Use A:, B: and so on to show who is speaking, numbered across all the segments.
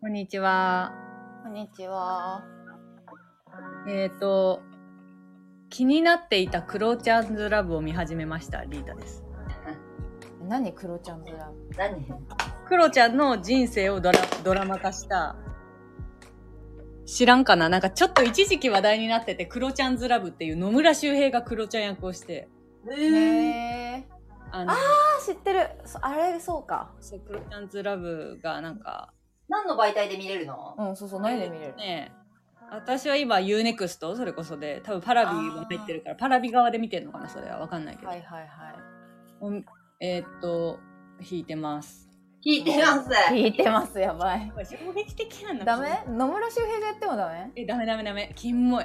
A: こんにちは。
B: こんにちは。
A: えっ、と、気になっていたクロちゃんズラブを見始めました、リータです。
B: 何クロちゃんズラブ
C: 何
A: クロちゃんの人生をドラドラマ化した、知らんかななんかちょっと一時期話題になってて、クロちゃんズラブっていう野村周平がクロちゃん役をして、
C: え
B: へえ。
A: あの、
B: あ、知ってる。そあれ、そうか。
A: そうクロちゃんズラブがなんか、
C: 何の媒体で見れるの
B: うん、そうそう、何で見れる
A: ね私は今 UNEXT それこそで多分パラビも入ってるからパラビ側で見てるのかなそれは分かんないけど、
B: はいはいは
A: おえーっと引いてます
C: 聞いてます。
B: い。聞いてます、やばい。
A: 衝撃的なの
B: ダメ野村周平がやってもダメ
A: えダメダメダメキンモい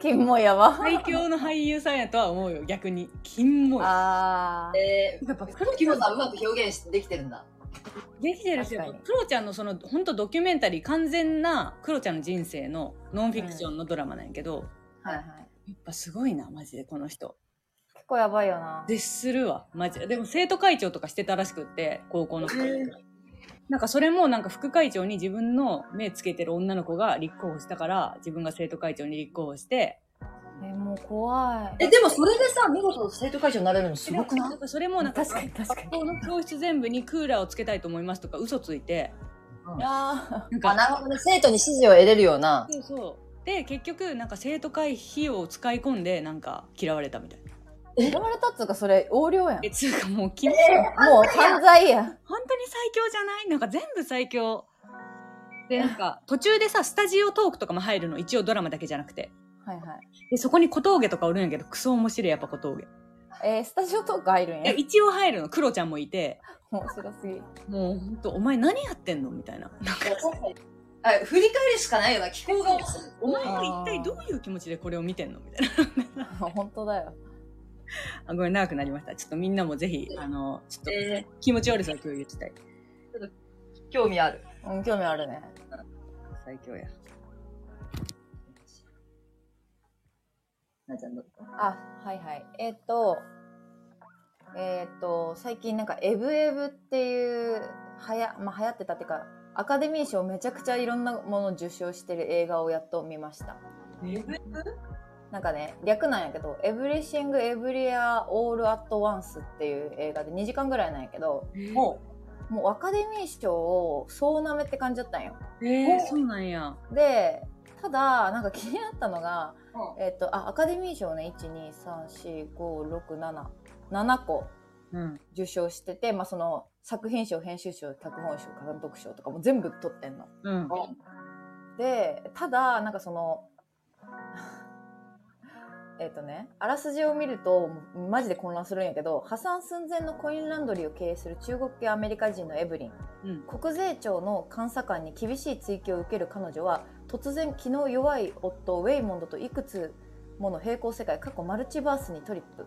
B: 金もやば。
A: 最強の俳優さんやとは思うよ逆にキンモい
B: あー。
C: え
A: やっぱ
C: ー、キムさんうまく表現しできてるんだ。
A: できてるし
B: 確かに
A: クロちゃんのその本当ドキュメンタリー完全なクロちゃんの人生のノンフィクションのドラマなんやけど、
B: はいはい。
A: やっぱすごいなマジでこの人
B: 結構やばいよな。
A: 絶するわマジででも生徒会長とかしてたらしくって高校の時
C: へえ
A: なんかそれもなんか副会長に自分の目つけてる女の子が立候補したから自分が生徒会長に立候補して
B: え、もう怖い。
C: え、でもそれでさ、見事生徒会長になれるのすごくない
A: なんかそれもなんか
B: 確かに確かに。
A: 学校の教室全部にクーラーをつけたいと思いますとか嘘ついてな
B: あ
A: ん
C: あ、
A: か
C: なるほどね。生徒に指示を得れるような。
A: そうそうで結局なんか生徒会費用を使い込んでなんか嫌われたみたいな
B: ー。野村達がそれ横領やん。
A: えつうかもう君
B: もう犯罪やん。
A: 本当に最強じゃないなんか全部最強でなんか途中でさスタジオトークとかも入るの一応ドラマだけじゃなくて
B: はいはい。
A: でそこに小峠とかおるんやけどクソ面白いやっぱ小峠
B: えー、スタジオトーク入るん
A: いや
B: や。
A: 一応入るのクロちゃんもいて
B: 面白すぎ。
A: もうほんとお前何やってんのみたいななんか
C: あ、振り返るしかないよな。気候が。
A: お前は一体どういう気持ちでこれを見てんのみたいな
B: 本当だよ。
A: あごめん長くなりましたちょっとみんなもぜひあのちょっと
C: え
A: 気持ち悪さを共有したい
C: ー、興味ある。
B: うん、興味あるね。
A: 最強や
C: なちゃんどう
B: あ、はいはい。えっ、と、えっ、と、最近なんか、エブエブっていう、はや、まあ、流行ってたっていうか、アカデミー賞めちゃくちゃいろんなものを受賞してる映画をやっと見ました。なんかね、略なんやけど、エブリシング・エブリア・オール・アット・ワンスっていう映画で2時間ぐらいなんやけど、
C: も
B: もうアカデミー賞を総なめって感じだったんよ。
A: えー、そうなんや
B: で、ただ、なんか気になったのが、
C: う、
B: えっ、と、あ、アカデミー賞ね、1、2、3、4、5、6、7、7個
A: うん
B: 受賞してて、まあ、その作品賞編集賞脚本賞監督賞とかも全部取ってんの。
A: うん
B: でただなんかその えっとねあらすじを見るともうマジで混乱するんやけど破産寸前のコインランドリーを経営する中国系アメリカ人のエブリン
A: うん
B: 国税庁の監査官に厳しい追及を受ける彼女は突然気の弱い夫ウェイモンドといくつもの平行世界過去マルチバースにトリップ、
A: うん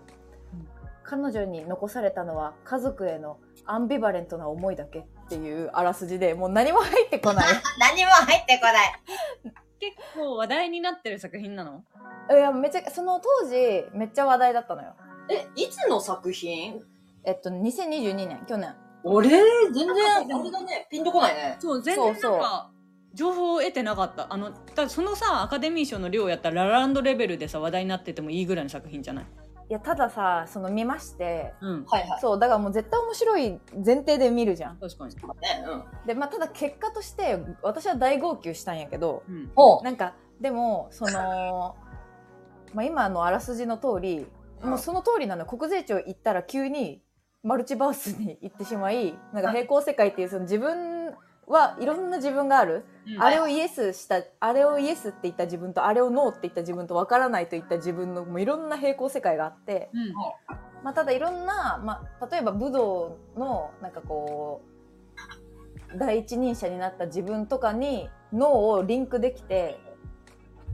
B: 彼女に残されたのは家族へのアンビバレントな思いだけっていうあらすじでもう何も入ってこない
C: 何も入ってこない。
A: 結構話題になってる作品なの
B: いやめちゃその当時めっちゃ話題だったのよ
C: え、いつの作品
B: えっと2022年去年
C: 俺、全然、あれだね。ピンとこないね。
A: そう全然
B: そ
A: な
B: うん
A: か
B: そ
A: 情
B: う
A: 報を得てなかったあのだそのさアカデミー賞の量やったらララランドレベルでさ話題になっててもいいぐらいの作品じゃない
B: いやたださその見まして
A: うん
C: はいは
B: そうだからもう絶対面白い前提で見るじゃん
A: 確かに
C: い。ね、うん。
B: でまあただ結果として私は大号泣したんやけど
A: うん
C: ほ
B: なんかでもその、まあ、今のあらすじの通りもうその通りなの国税庁行ったら急にマルチバースに行ってしまいなんか平行世界っていうその自分はいろんな自分がある、
A: うん
B: あれをイエスしたあれをイエスって言った自分とあれをノーって言った自分とわからないと言った自分のもういろんな平行世界があって、
A: うん
B: まあ、ただいろんな、まあ、例えば武道のなんかこう第一人者になった自分とかに脳をリンクできて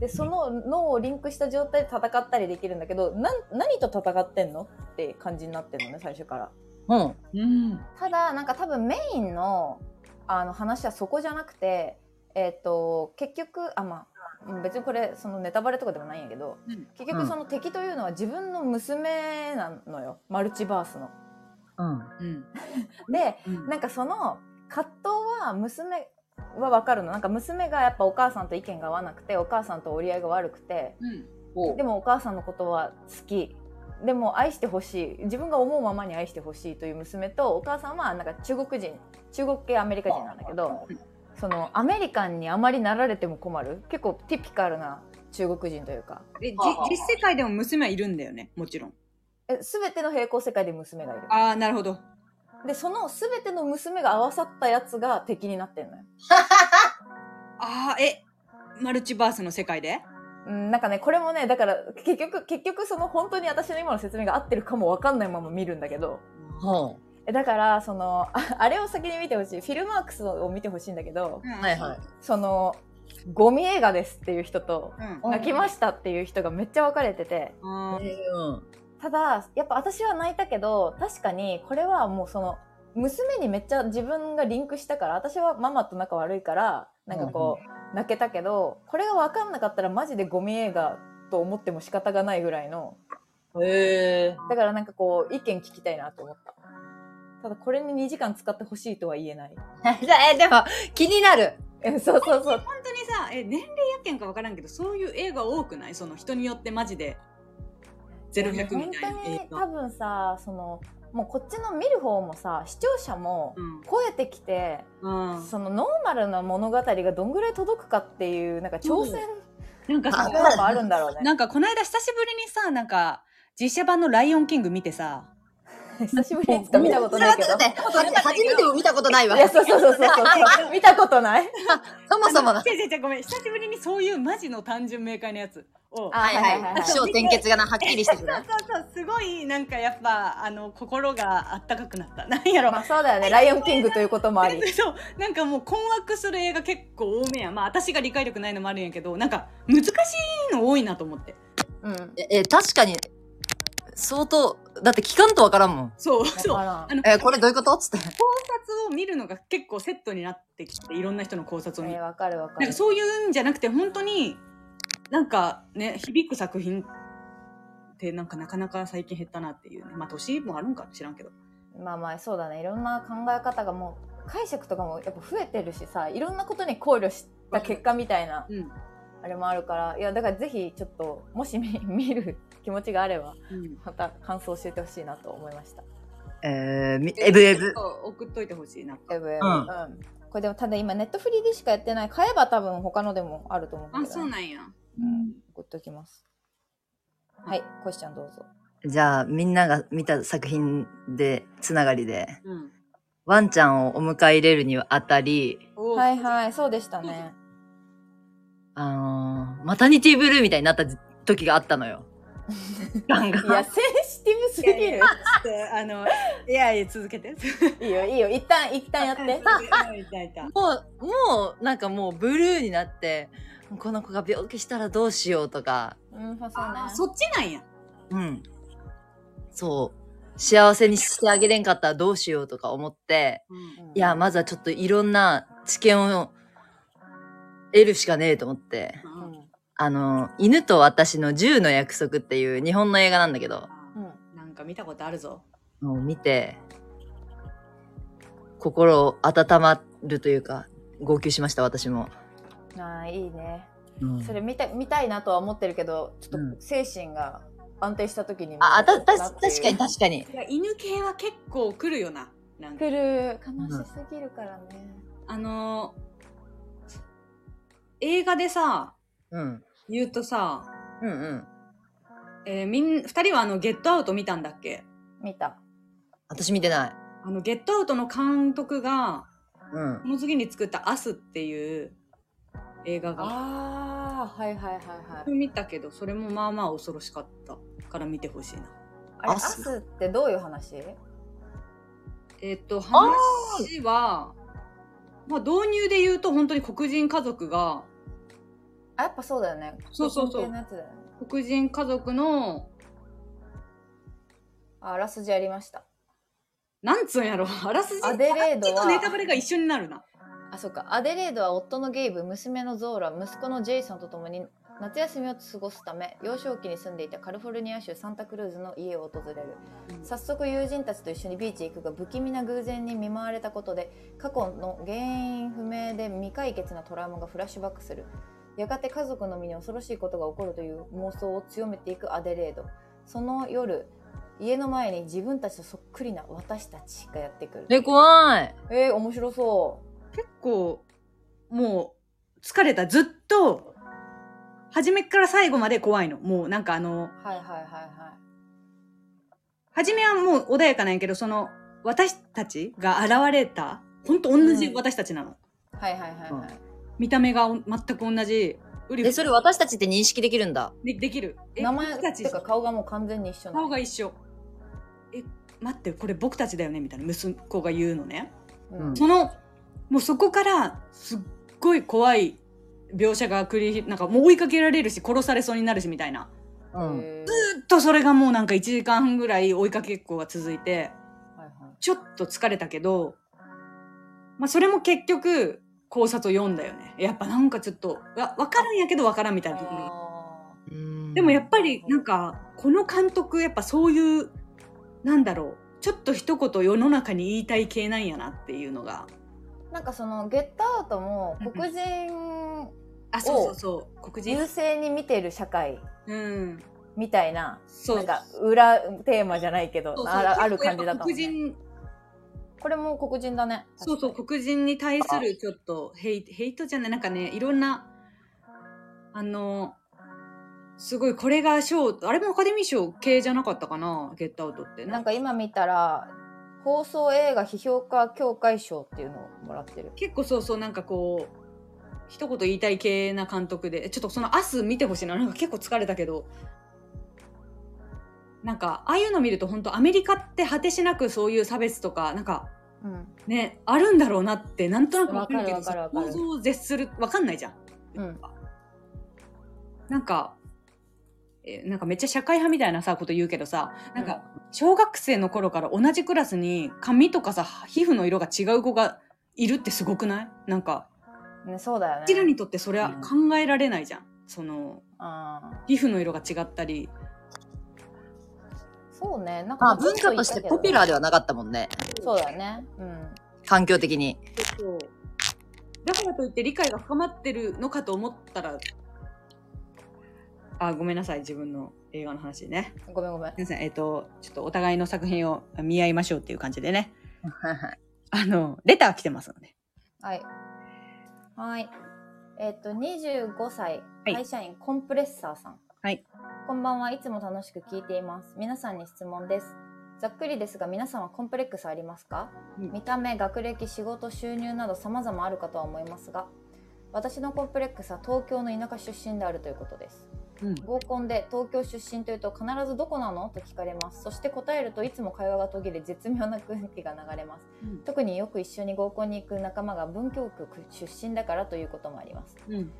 B: でその脳をリンクした状態で戦ったりできるんだけどなん何と戦ってんのって感じになってるのね最初から。
C: う。うん。
A: うん
B: ただなんか多分メインのあの話はそこじゃなくて、えっと結局あまあうん別にこれそのネタバレとかでもないんやけど、
A: うん
B: 結局その敵というのは自分の娘なのよマルチバースの。
A: うん。うん。
B: で、
A: うん
B: なんかその葛藤は娘はわかるの。なんか娘がやっぱお母さんと意見が合わなくて、お母さんと折り合いが悪くて、
A: うん。
D: おう
B: でもお母さんのことは好き。でも愛してほしい。自分が思うままに愛してほしいという娘と、お母さんはなんか中国人、中国系アメリカ人なんだけど、そのアメリカンにあまりなられても困る。結構ティピカルな中国人というか、
A: え、じ
D: はあはあ
A: 実世界でも娘はいるんだよね。もちろん。
B: すべての平行世界で娘がいる。
A: ああ、なるほど。
B: で、そのすべての娘が合わさったやつが敵になってんのよ。
A: ああ、え、マルチバースの世界で
B: うん、なんかね、これもね、だから、結局、結局、その本当に私の今の説明が合ってるかもわかんないまま見るんだけど、
D: は
B: えだから、その、 ああれを先に見てほしい。フィルマークスを見てほしいんだけど、
D: あ。
A: は
D: はいはい。
B: その、ゴミ映画ですっていう人と、
A: い。うん。
B: 泣きましたっていう人がめっちゃ分かれてて、
A: あー
D: うん。
B: ただ、やっぱ私は泣いたけど、確かに、これはもうその、娘にめっちゃ自分がリンクしたから、私はママと仲悪いから、なんかこう、泣けたけど、これが分かんなかったらマジでゴミ映画と思っても仕方がないぐらいの、
D: へえ。
B: だからなんかこう、意見聞きたいなと思った。ただこれに2時間使ってほしいとは言えない。
D: え、でも、気になる。
B: えそうそうそう。
A: 本当にさ、え、年齢やけんかわからんけど、そういう映画多くないその人によってマジで。ゼロ百み
B: 本
A: たいな
B: 当
A: 映
B: に多
A: 画。
B: 分さ、その、もうこっちの見る方もさ、視聴者も
A: うん。
B: 超えてきて、
A: うん。
B: そのノーマルな物語がどんぐらい届くかっていう、なんか挑戦
A: なんかさ
D: あ
B: がやっぱあるんだろうね。
A: なんかこの間久しぶりにさ、なんか実写版のライオンキング見てさ、
B: 久しぶりにしか見たことないけど。
D: ちょっと待って待 って初めても見たことないわ
B: い。や、そうそうそうそうそう。見たことない
D: そもそもの
A: あの。違う違う違うごめん、久しぶりにそういうマジの単純明快なやつを。
B: あ
D: はいはいはい。気象転結がな、はっきりしてくる
A: そう。そうそう、すごいなんかやっぱ、あの、心があったかくなった。なんやろ
B: ま。あそうだよね。ライオンキングということもあり。
A: そう、なんかもう困惑する映画結構多めやん。まあ私が理解力ないのもあるんやけど、なんか難しいの多いなと思って。
B: うん。
D: え、え確かに、相当、だって聞かんとわからんもん。
A: そうそう。考
B: わからん
A: あの
D: え、これどういうことつって。
A: 察を見るのが結構セットになってきて、いろんな人の考察を見る
B: えー、わかるわか
A: なん
B: る
A: か。そういうんじゃなくて本当になんかね響く作品ってなんかなかなか最近減ったなっていうねまあ年もあるんか知らんけど
B: まあまあそうだねいろんな考え方がもう解釈とかもやっぱ増えてるしさいろんなことに考慮した結果みたいな
A: うん、
B: あれもあるからいやだからぜひちょっともし見 見る気持ちがあれば
A: うん、
B: また感想教えてほしいなと思いました。
D: えーみ、エブエブ。
A: 送っといてほしいなんか
B: エブエブ
D: う
B: うんんこれでもただ今ネットフリーでしかやってない買えば多分他のでもあると思うん
A: あ
B: だけど
A: そう
B: ね、
A: なんや
B: 送っときます。はい、コシちゃんどうぞ。
D: じゃあ、みんなが見た作品で、つながりで、
A: うん
D: ワンちゃんをお迎え入れるにあたり、
A: おー
B: はいはい、そうでしたね。
D: あのーマタニティブルーみたいになった時があったのよ。ガンガン
B: いや、センシティブすぎる。
A: いやいやちょっとあのいやいや続けて
B: いいよいいよ、一旦一旦やって。
A: うんいたいた
D: もう、もう、なんかもうブルーになって、この子が病気したらどうしようとか、
B: うん、そうね
A: あそっちなんや
D: うん。そう。幸せにしてあげれんかったらどうしようとか思って、
A: うん
D: いや、まずはちょっといろんな知見を得るしかねえと思って。
B: うん、
D: あの、犬と私の銃の約束っていう日本の映画なんだけど、
B: うん
A: なんか見たことあるぞ
D: もう見て、心を温まるというか、号泣しました、私も。
B: うん、ああいいね
D: うん
B: それ見た見たいなとは思ってるけどちょっ
D: うん
B: と精神が安定した時に
D: あ、た、た、
B: なってい
D: 確
B: う
D: かに確かに。
A: いや犬系は結構来るよななんか
B: 来る悲しすぎるからね、
A: あの映画でさ
D: うん。
A: 言うとさ
D: うんうん。
A: えーみん、二人はあの、ゲットアウト見たんだっけ
B: 見た
D: 私見てない。
A: あの、ゲットアウトの監督が、
D: うん
A: こ。の次に作ったアスっていう映画が、
B: ああはいはいはいはい
A: 見たけど、それもまあまあ恐ろしかったから見てほしいな。
B: あれ
D: 明
B: ア
D: 日
B: スってどういう話
A: えっと、話は、まあ導入で言うと本当に黒人家族が、
B: あやっぱそうだよね
A: そうそうそう
B: 黒人系のやつだよね
A: 黒人家族の、
B: ああらすじありました
A: なんつうんやろ、あらすじ。
B: アデレード
A: ちょっと
B: は
A: ネタバレが一緒になるな。
B: あそうかアデレードは夫のゲイブ娘のゾーラ息子のジェイソンと共に夏休みを過ごすため幼少期に住んでいたカリフォルニア州サンタクルーズの家を訪れる早速友人たちと一緒にビーチへ行くが不気味な偶然に見舞われたことで過去の原因不明で未解決なトラウマがフラッシュバックするやがて家族の身に恐ろしいことが起こるという妄想を強めていくアデレードその夜家の前に自分たちとそっくりな私たちがやってくる
C: え、怖い。
B: えー、面白そ
A: 結構、もう、疲れた。ずっと、初めから最後まで怖いの。もうなんかあの、
B: うはいはいはいはい
A: 初めはもう穏やかなんやけど、その、私たちが現れた、ほんと同じ私たちなの。
B: はいはいはいはい。
A: 見た目がお全く同じ。うり
C: え、それ私たちって認識できるんだ。
A: でできる。え
B: 名前
A: 僕たち
B: てか顔がもう完全に一緒な
A: 顔
B: の。
A: が一緒。え、待って、これ僕たちだよねみたいな息子が言うのね。
B: うん
A: その、もうそこから、すっごい怖い描写が繰り、なんかもう追いかけられるし、殺されそうになるしみたいな。
C: うん。
B: へ
A: ずっとそれがもうなんか1時間半ぐらい追いかけっこが続いて、
B: ーはいはい
A: ちょっと疲れたけど、まあそれも結局、考察を読んだよね。やっぱなんかちょっと、わ、わかるんやけどわからんみたいなところ。
B: あ
A: でもやっぱりなん
C: か、
A: か、この監督、やっぱそういう、なんだろう、ちょっと一言世の中に言いたい系なんやなっていうのが。
B: ーなんかその「ゲットアウト」も
A: うんうん
B: 黒人
A: あ、そうそうそう、黒人
B: 優。勢に見てる社会
A: うん。
B: みたいな
A: そう。
B: なんか裏テーマじゃないけど
A: そうそう
B: あらある感じだったもん
A: 黒
B: ね
A: 人、
B: これも黒人だね
A: そうそう、黒人に対するちょっとヘイヘイトじゃない、なんかね、いろんな、あの、すごい、これが賞、あれもアカデミー賞系じゃなかったかな、ゲットアウトって。
B: なんか今見たら放送映画批評家協会賞っていうのをもらってる
A: 結構そうそう、なんかこう、一言言いたい系な監督で、ちょっとその明日見てほしいな、なんか結構疲れたけど、なんか、ああいうの見ると本当アメリカって果てしなくそういう差別とか、なんか、
B: うん
A: ね、あるんだろうなって、なんとなくわかるけど、
B: わかるわ
A: 想
B: かるわかる
A: 像を絶する、わかんないじゃん。
B: うん
A: なんか、えなんかめっちゃ社会派みたいなさ、こと言うけどさ、なんか、小学生の頃から同じクラスに髪とかさ、皮膚の色が違う子がいるってすごくないなんか、
B: ねそうだよね
A: うちらにとってそれは考えられないじゃん。その、
B: あ
A: 皮膚の色が違ったり。
B: ーそうねなんか
C: まあ文化としてポピュラーではなかったもんね。
B: そうだよねうん
C: 環境的に。
A: そうだからといって理解が深まってるのかと思ったら、あ、ごめんなさい、自分の映画の話ね。
B: ごめんごめん
A: 皆さん、えっ、と、ちょっとお互いの作品を見合いましょうっていう感じでね。あの、レター来てますので。
B: はい。はい。えっ、と、25歳、
A: はい
B: 会社員、コンプレッサーさん。
A: はい。
B: こんばんはいつも楽しく聞いています。皆さんに質問です。ざっくりですが、皆さんはコンプレックスありますか、
A: うん
B: 見た目、学歴、仕事、収入など様々あるかとは思いますが、私のコンプレックスは東京の田舎出身であるということです。
A: うん
B: 合コンで東京出身というと必ずどこなのと聞かれますそして答えるといつも会話が途切れ絶妙な空気が流れます、
A: うん
B: 特によく一緒に合コンに行く仲間が文京区出身だからということもあります
A: うん。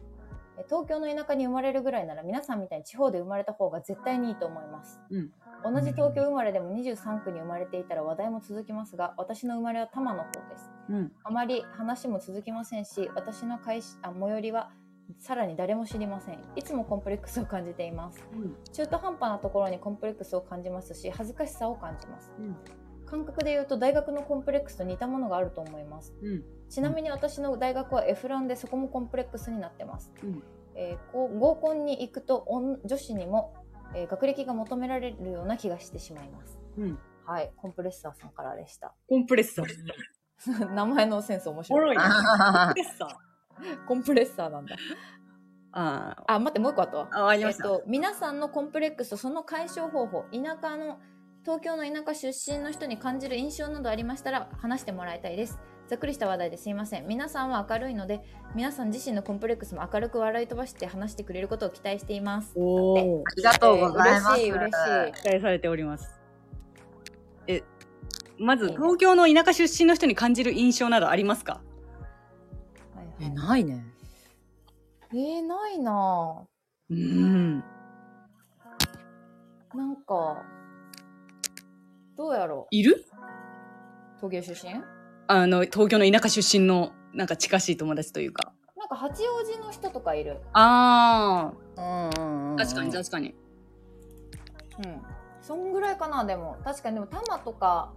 B: え東京の田舎に生まれるぐらいなら皆さんみたいに地方で生まれた方が絶対にいいと思います、
A: うん
B: 同じ東京生まれでも23区に生まれていたら話題も続きますが私の生まれは多摩の方です
A: うん。
B: あまり話も続きませんし私の会社あ最寄りはさらに誰も知りませんいつもコンプレックスを感じています中途半端なところにコンプレックスを感じますし恥ずかしさを感じます、
A: うん
B: 感覚で言うと大学のコンプレックスと似たものがあると思います
A: うん。
B: ちなみに私の大学はエフランでそこもコンプレックスになってます、
A: うん
B: えーこう合コンに行くと女女子にも、えー学歴が求められるような気がしてしまいます
A: うん。
B: はいコンプレッサーさんからでした
A: コンプレッサー。
B: 名前のセンス面
A: おも
B: 白
A: ろ
B: い
A: いね
C: あ
A: レッサー。
B: コンプレッサーなんだ
A: あ
B: あ待ってもう一個あったわ
A: あ、わかり
B: え
A: ま
B: っ
A: した。
B: と、皆さんのコンプレックスとその解消方法田舎の東京の田舎出身の人に感じる印象などありましたら話してもらいたいですざっくりした話題ですいません皆さんは明るいので皆さん自身のコンプレックスも明るく笑い飛ばして話してくれることを期待しています
A: おお。
C: りがとうございます。
B: えー嬉しい嬉しい
A: 期待されております。え、まず、
B: いいね
A: 東京の田舎出身の人に感じる印象などありますか
B: はい
C: え、
B: はい
C: ないね。
B: えーないな
A: うん。
B: ぁなんかどうやろ
A: いる
B: う東京出身
A: あの、東京の田舎出身の、なんか近しい友達というか。
B: なんか八王子の人とかいる。
A: あ
C: うんうん
A: あ、確かに確かに。
B: うん。そんぐらいかな、でも。確かに、でも、多摩とか、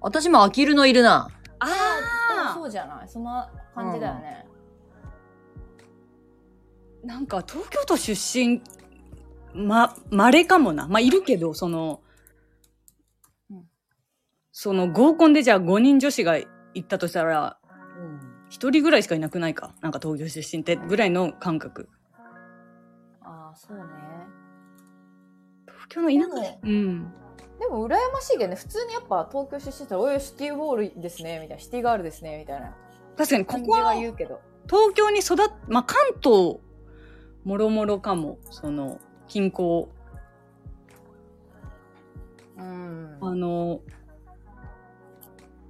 C: 私もアキルのいるな。
B: でも
A: あ
B: そうじゃないその感じだよね。
A: あ、なんか東京都出身、ま、稀かもな。まあ、いるけど、その
B: うん、
A: その合コンでじゃあ5人女子が行ったとしたら、
C: うん。
A: 1人ぐらいしかいなくないか。なんか東京出身ってぐらいの感覚。
B: ああ、そうね。
A: 東京の
B: で
A: 田舎
B: も、
A: うん。
B: でも羨ましいけどね。普通にやっぱ東京出身者、おい、シティウォールですね、みたいな。シティガールですね、みたいな
A: 確かにこ
B: 感じ
A: こ
B: は
A: は
B: 言うけど。
A: 東京に育っ、まあ、関東もろもろかもその近郊
B: うん。
A: あの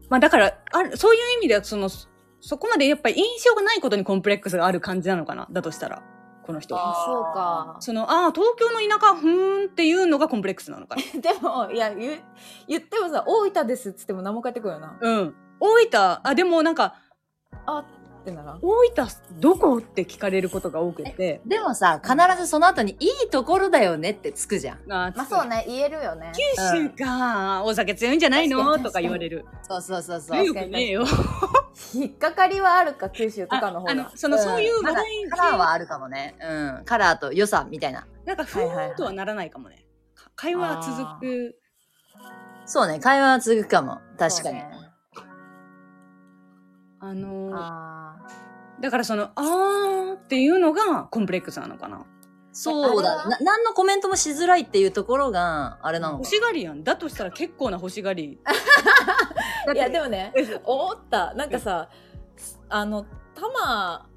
A: まあだからあるそういう意味ではそのそそこまでやっぱり印象がないことにコンプレックスがある感じなのかなだとしたらこの人
B: あ
A: は
B: そうか。
A: そのああ東京の田舎ふーんっていうのがコンプレックスなのかな
B: でも、いや、言う言ってもさ、大分ですっつっても何も返ってくるよな。
A: うん大分あでもなんか
B: あってなら。
A: 大分どこって聞かれることが多くて
C: でもさ、必ずその後にいいところだよねってつくじゃん。
A: ま
B: まあそうね、言えるよね。
A: 九州か、大酒強いんじゃない
B: 確か
A: の
B: に
A: とか言われる
C: そうそうそうそ
A: 強
C: う。
A: くねえよ
B: 引っかかりはあるか、九州とかの方
A: ああ
B: が
A: の。その、
B: うん
A: そういう
C: ま
A: 話
C: だ
A: 題に
C: カラーはあるかもね。うん。カラーと良さみたいな。
A: なんかふーんとはならないかもね、か会話は続く
C: そうね。会話は続くかも。確かに。
B: そうね
A: あのー
B: あー
A: だからその「あー」っていうのがコンプレックスなのかな
C: そう
B: あ
C: だ。
B: れ
C: な、何のコメントもしづらいっていうところが、あれなの
A: 欲
C: か
A: しがりやんだとしたら結構な欲しがり
B: いやでもね思ったなんかさあのたま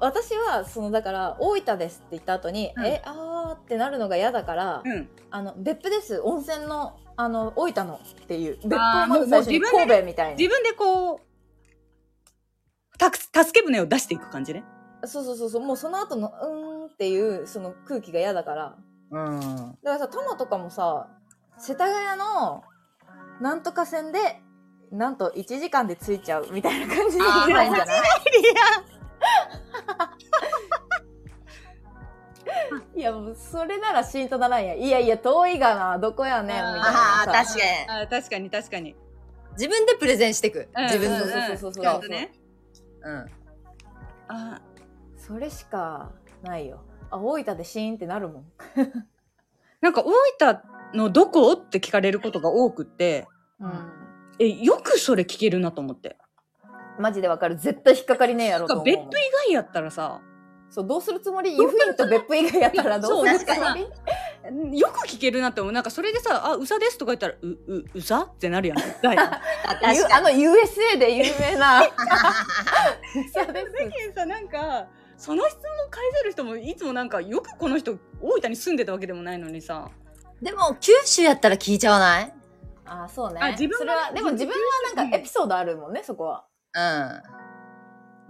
B: 私はそのだから大分ですって言った後に、
A: うん
B: えあーってなるのが嫌だから、
A: うん
B: あの別府です温泉のあの大分のっていう別府を
A: あー
B: まず最初に
A: もうもう自分でね
B: 神戸みたい
A: 自
B: に
A: 分でこうたく助け舟を出していく感じね
B: そうそうそうそうもうその後のうーんっていうその空気が嫌だから
C: うん。
B: だからさ、トモとかもさ、世田谷のなんとか線で、なんと1時間で着いちゃうみたいな感じで
C: あー
B: 言えばいいんじゃないいや、もうそれならシートならんや。いやいや、遠いがな、どこやねん、みたい
A: あー
B: な
C: あ
B: さ。
C: あ、確かに。
A: あー確かに確かに、
C: 自分でプレゼンしていく。
A: うん
C: 自分の。
B: そうそうそうそう
A: ちゃんとね
C: うん。
A: あー
B: それしかないよ。あ、大分でシーンってなるもん。
A: なんか大分のどこって聞かれることが多くって
B: うん。
A: えよくそれ聞けるなと思って
B: マジでわかる。絶対引っかかりねえやろと
A: なん
B: 思
A: か別
B: うも
A: 府
B: ん
A: 以。外やったらさ
B: そう、どうするつもり湯布院と別府以外やったらどうするつ
A: そう
B: も
A: 確
B: り
A: よく聞けるなって思うなんかそれでさ「あうさです」とか言ったら「うううさ?」ってなるやん絶対だ
C: 確
B: ゆ
C: か
B: あの USA で有名 な。そうです。
A: けどさなんかその質問返せる人もいつもなんかよくこの人大分に住んでたわけでもないのにさ
C: に。でも、九州やったら聞いちゃわない
B: あ、そうね。
A: あ自分は
B: それは、でも自分はなんかエピソードあるもんね、そこは。
A: ま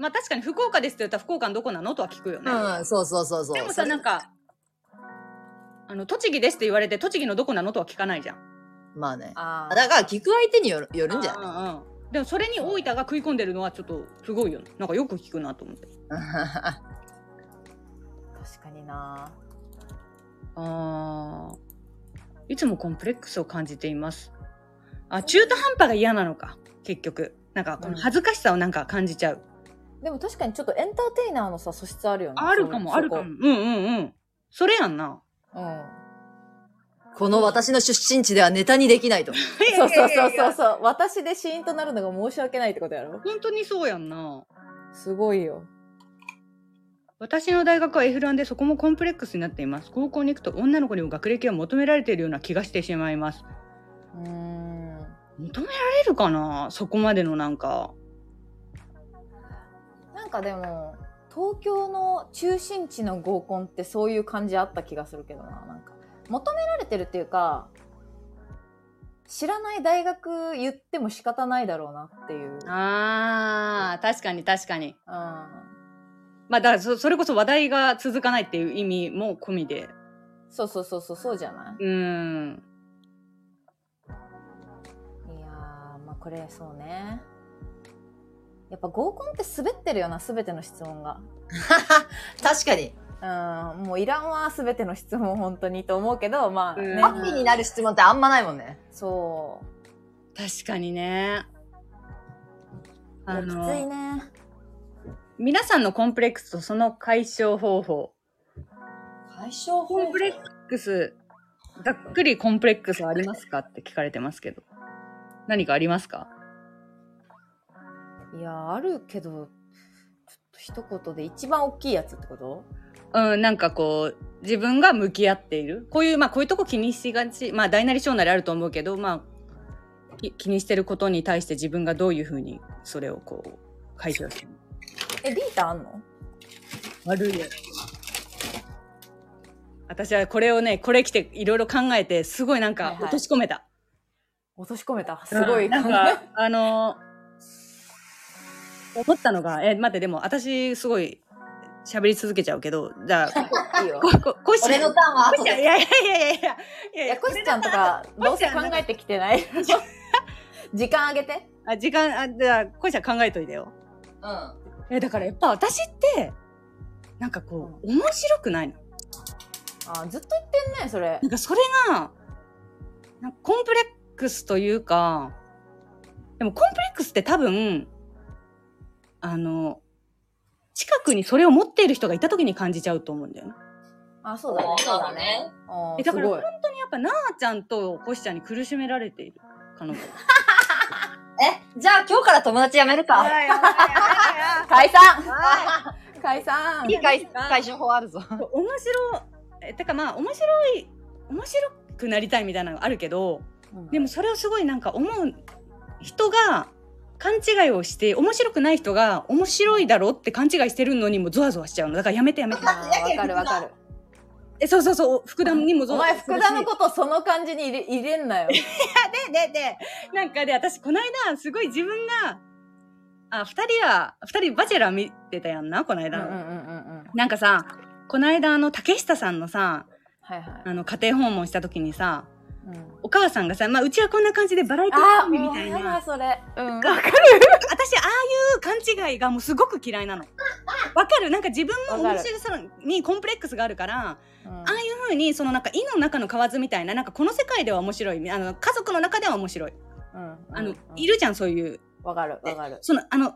A: あ確かに福岡ですって言ったら福岡のどこなのとは聞くよね、
C: うん。うん、そうそうそうそう。
A: でもさなんかあの栃木ですって言われて栃木のどこなのとは聞かないじゃん
C: まあね。
B: あ
C: だから、聞く相手によるよるんじゃない
A: うんうんうんでもそれに大分が食い込んでるのはちょっとすごいよねなんかよく聞くなと思って
B: 確かにな。
A: あーいつもコンプレックスを感じています。あ、中途半端が嫌なのか、結局。なんか、この恥ずかしさをなんか感じちゃう。
B: でも確かにちょっとエンターテイナーのさ、素質あるよね。
A: あるかも、
B: そ
A: あ
B: の
A: るかも。う。んうんうん。それやんな。
B: そこうん。
C: この私の出身地ではネタにできないと。
B: そうそうそうそう
A: う。
B: そう。私でシーンとなるのが申し訳ないってことやろ。
A: 本当にそうやんな。
B: すごいよ。
A: 私の大学はエフランでそこもコンプレックスになっています。高校に行くと女の子にも学歴が求められているような気がしてしまいます。
B: うーん。
A: 求められるかなそこまでのなんか。
B: なんかでも、東京の中心地の合コンってそういう感じあった気がするけどな。なんか、求められてるっていうか、知らない大学言っても仕方ないだろうなっていう。
A: あー、確かに確かに。
B: うん。
A: まあ、だからそ、それこそ話題が続かないっていう意味も込みで。
B: そうそうそうそう、そうじゃな
A: うーん。
B: いいやー、まあこれそうね。やっぱ合コンって滑ってるよな、すべての質問が。
D: 確かに。
B: うん、もういらんわ、すべての質問本当にと思うけど、まあ
A: うん
B: ね
D: ハ、ッピーになる質問ってあんまないもんね。
B: そ
A: 確かにね。
B: う。いや
A: あ
B: きつ
A: の
B: いね。
A: 皆さんのコンプレックスとその解消方法。
D: 解消
A: コンプレックス、ざっくりコンプレックスはありますかって聞かれてますけど。何かありますか
B: いや、あるけど、ちょっと一言で一番大きいやつってこと
A: うん、なんかこう、自分が向き合っている。こういう、まあこういうとこ気にしがち。まあ大なり小なりあると思うけど、まあ、き気にしてることに対して自分がどういうふうにそれをこう、解消してる。
B: え、ビータあんの
A: 悪いよ。私はこれをね、これ来ていろいろ考えて、すごいなん
B: はい
A: か
B: はい
A: 落とし込めた。
B: 落とし込めた。すごい。
A: うんなんか、あのー思ったのが、え、待って、でも私すごい喋り続けちゃうけど、じゃあ、
B: いいよ。
A: こ、こ、こいし
D: 俺のターンは後
A: いやい
D: で。
A: やいやいやいやいや
B: い
A: い
B: や、
A: や
B: こしちゃんとか、どうせ考えてきてない。 時間あげて。
A: あ、時間、あ、じゃあ、こいしゃん考えといてよ。
D: うん。
A: え、だからやっぱ私って、なんかこう、面白くないの。
B: あ、ずっと言ってんね、それ
A: な。んかそれが、なんかコンプレックスというか、でもコンプレックスって多分、あの、近くにそれを持っている人がいた時に感じちゃうと思うんだよね。
B: あ、そうだね。
D: そうだね。
B: あ
A: え
B: ー。
A: だ
B: す
A: から
B: ご
A: 本
B: い。
A: 当にやっぱなあちゃんとこしちゃんに苦しめられている彼 女。
D: え、じゃあ今日から友達やめるか。
B: 解散 解散
D: いい解解消法あるぞ。
A: 面白えてかまあ面白い面白くなりたいみたいなのがあるけど、でもそれをすごいなんか思う人が勘違いをして面白くない人が面白いだろって勘違いしてるのにもゾワゾワしちゃうのだからやめてやめて
B: あーわかるわかる。
A: えそうそうそう福田にもゾ
B: お
A: ワゾ
B: 前、
A: ワす
B: 福
A: るし
B: 田のことその感じに入れ入れんなよ。
A: でででなんかで私この間すごい自分があ二人は二人バチェラー見てたやんなこの
B: うんう
A: 間の、
B: んうんうんうん。
A: なんかさこの間あの竹下さんのさ
B: はいはい。
A: あの家庭訪問した時にさ
B: うん
A: お母さんがさ、まあ、うちはこんな感じでバラエティ
B: あ
A: 番
B: ー、
A: 組み
B: もう
A: たい
B: や
A: な
B: だ、それ。うん。
A: わかる私ああいう勘違いがもうすごく嫌いなのわかるなんか自分も面
B: わかる
A: 白さにコンプレックスがあるから
B: うん
A: ああいうふうにそのなんか「井の中の蛙」みたいななんかこの世界では面白いあの家族の中では面白い
B: うん
A: あ
B: う
A: の
B: ん
A: いるじゃんそういう
B: わかるわかる。
A: そのあの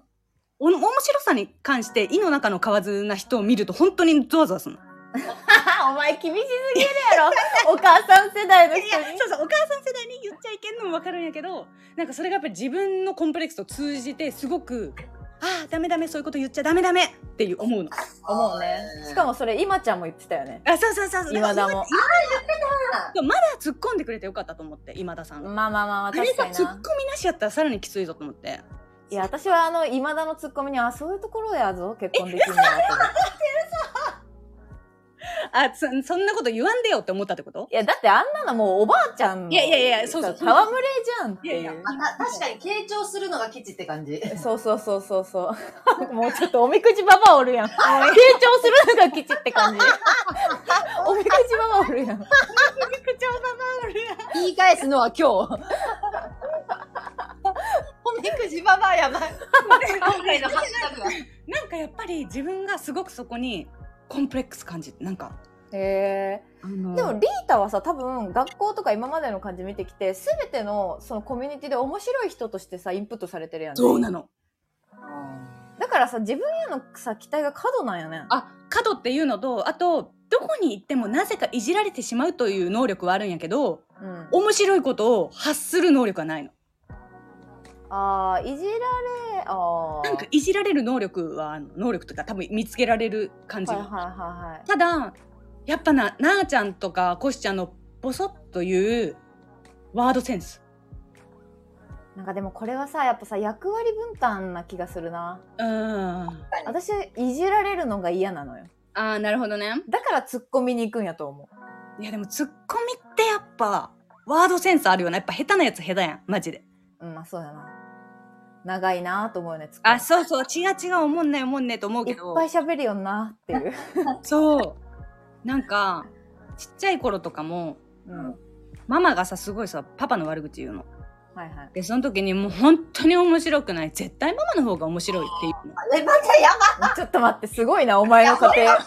A: お面白さに関して「井の中の蛙」な人を見ると本当にゾワゾワするの。
B: お前厳しすぎる やろ。お母さん世代の人
A: いや
B: に。
A: そうそうお母さん世代に言っちゃいけんのも分かるんやけどなんかそれがやっぱり自分のコンプレックスと通じてすごく「ああダメダメそういうこと言っちゃダメダメ」っていう思うの
B: 思うね。しかもそれ、今ちゃんも言ってたよね。
A: あそうそうそうそう
B: 今田も。
A: だから突っ込んでくれてよかったと思って今田さんが、
B: まあまあまあ、
A: あれ
B: 確
A: さ
B: かに
A: 突っ
B: な。
A: 込みなしやったらさらにきついぞと思って
B: いや、私はあの、今田のツッコミに、あ、そういうところやぞ、結婚できるのはと思って。
A: あそそんなこと言わんでよって思ったってこと
B: いや、だってあんなのもうおばあちゃんの。
A: いやいやいやそうそう
B: 戯れじゃんっていう。
A: いやい
D: あた確かに傾聴するのが基地って感じ。
B: そうそうそうそうそう。 もうちょっとおみくじババアお るやん。成長するのが吉って感じ。おみくじババアおるやん。
D: 言い返すのは今日。おみくじばばあやばい。今回のハッシュタグは。
A: なんかやっぱり自分がすごくそこにコンプレックス感じてなんか
B: へ
A: あの
B: ーでもリータはさ多分学校とか今までの感じ見てきて全てのそのコミュニティで面白い人としてさインプットされてるやん、
A: そうなの
B: だからさ自分へのさ期待が過度なんよね
A: あ角っていうのとあとどこに行ってもなぜかいじられてしまうという能力はあるんやけど
B: うん、
A: 面白いことを発する能力はないの
B: あーいじられあー
A: なんかいじられる能力はあるの能力とか多分見つけられる感じ
B: はい
A: が、
B: はいはいはい
A: ただやっぱななあちゃんとかこしちゃんのボソッというワードセンス
B: なんかでもこれはさやっぱさ役割分担な気がするな
A: うーんあ
B: 私いじられるのが嫌なのよ
A: あなるほどね
B: だからツッコミに行くんやと思う
A: いやでもツッコミってやっぱワードセンスあるよなやっぱ下手なやつ下手やんマジで
B: うんまあそうやな長いなと思うよねツッコミ
A: あそうそう違う違う思んね思んねと思う
B: い
A: け
B: っ
A: ど
B: ぱい喋るよなっていう、
A: そう。なんか、ちっちゃい頃とかも、
B: うん、
A: ママがさ、すごいさ、パパの悪口言うの。
B: はいはい。
A: でその時にもう本当に面白くない絶対ママの方が面白いっていうの
D: え、またやば
B: ちょっと待って、すごいな、お前の家庭。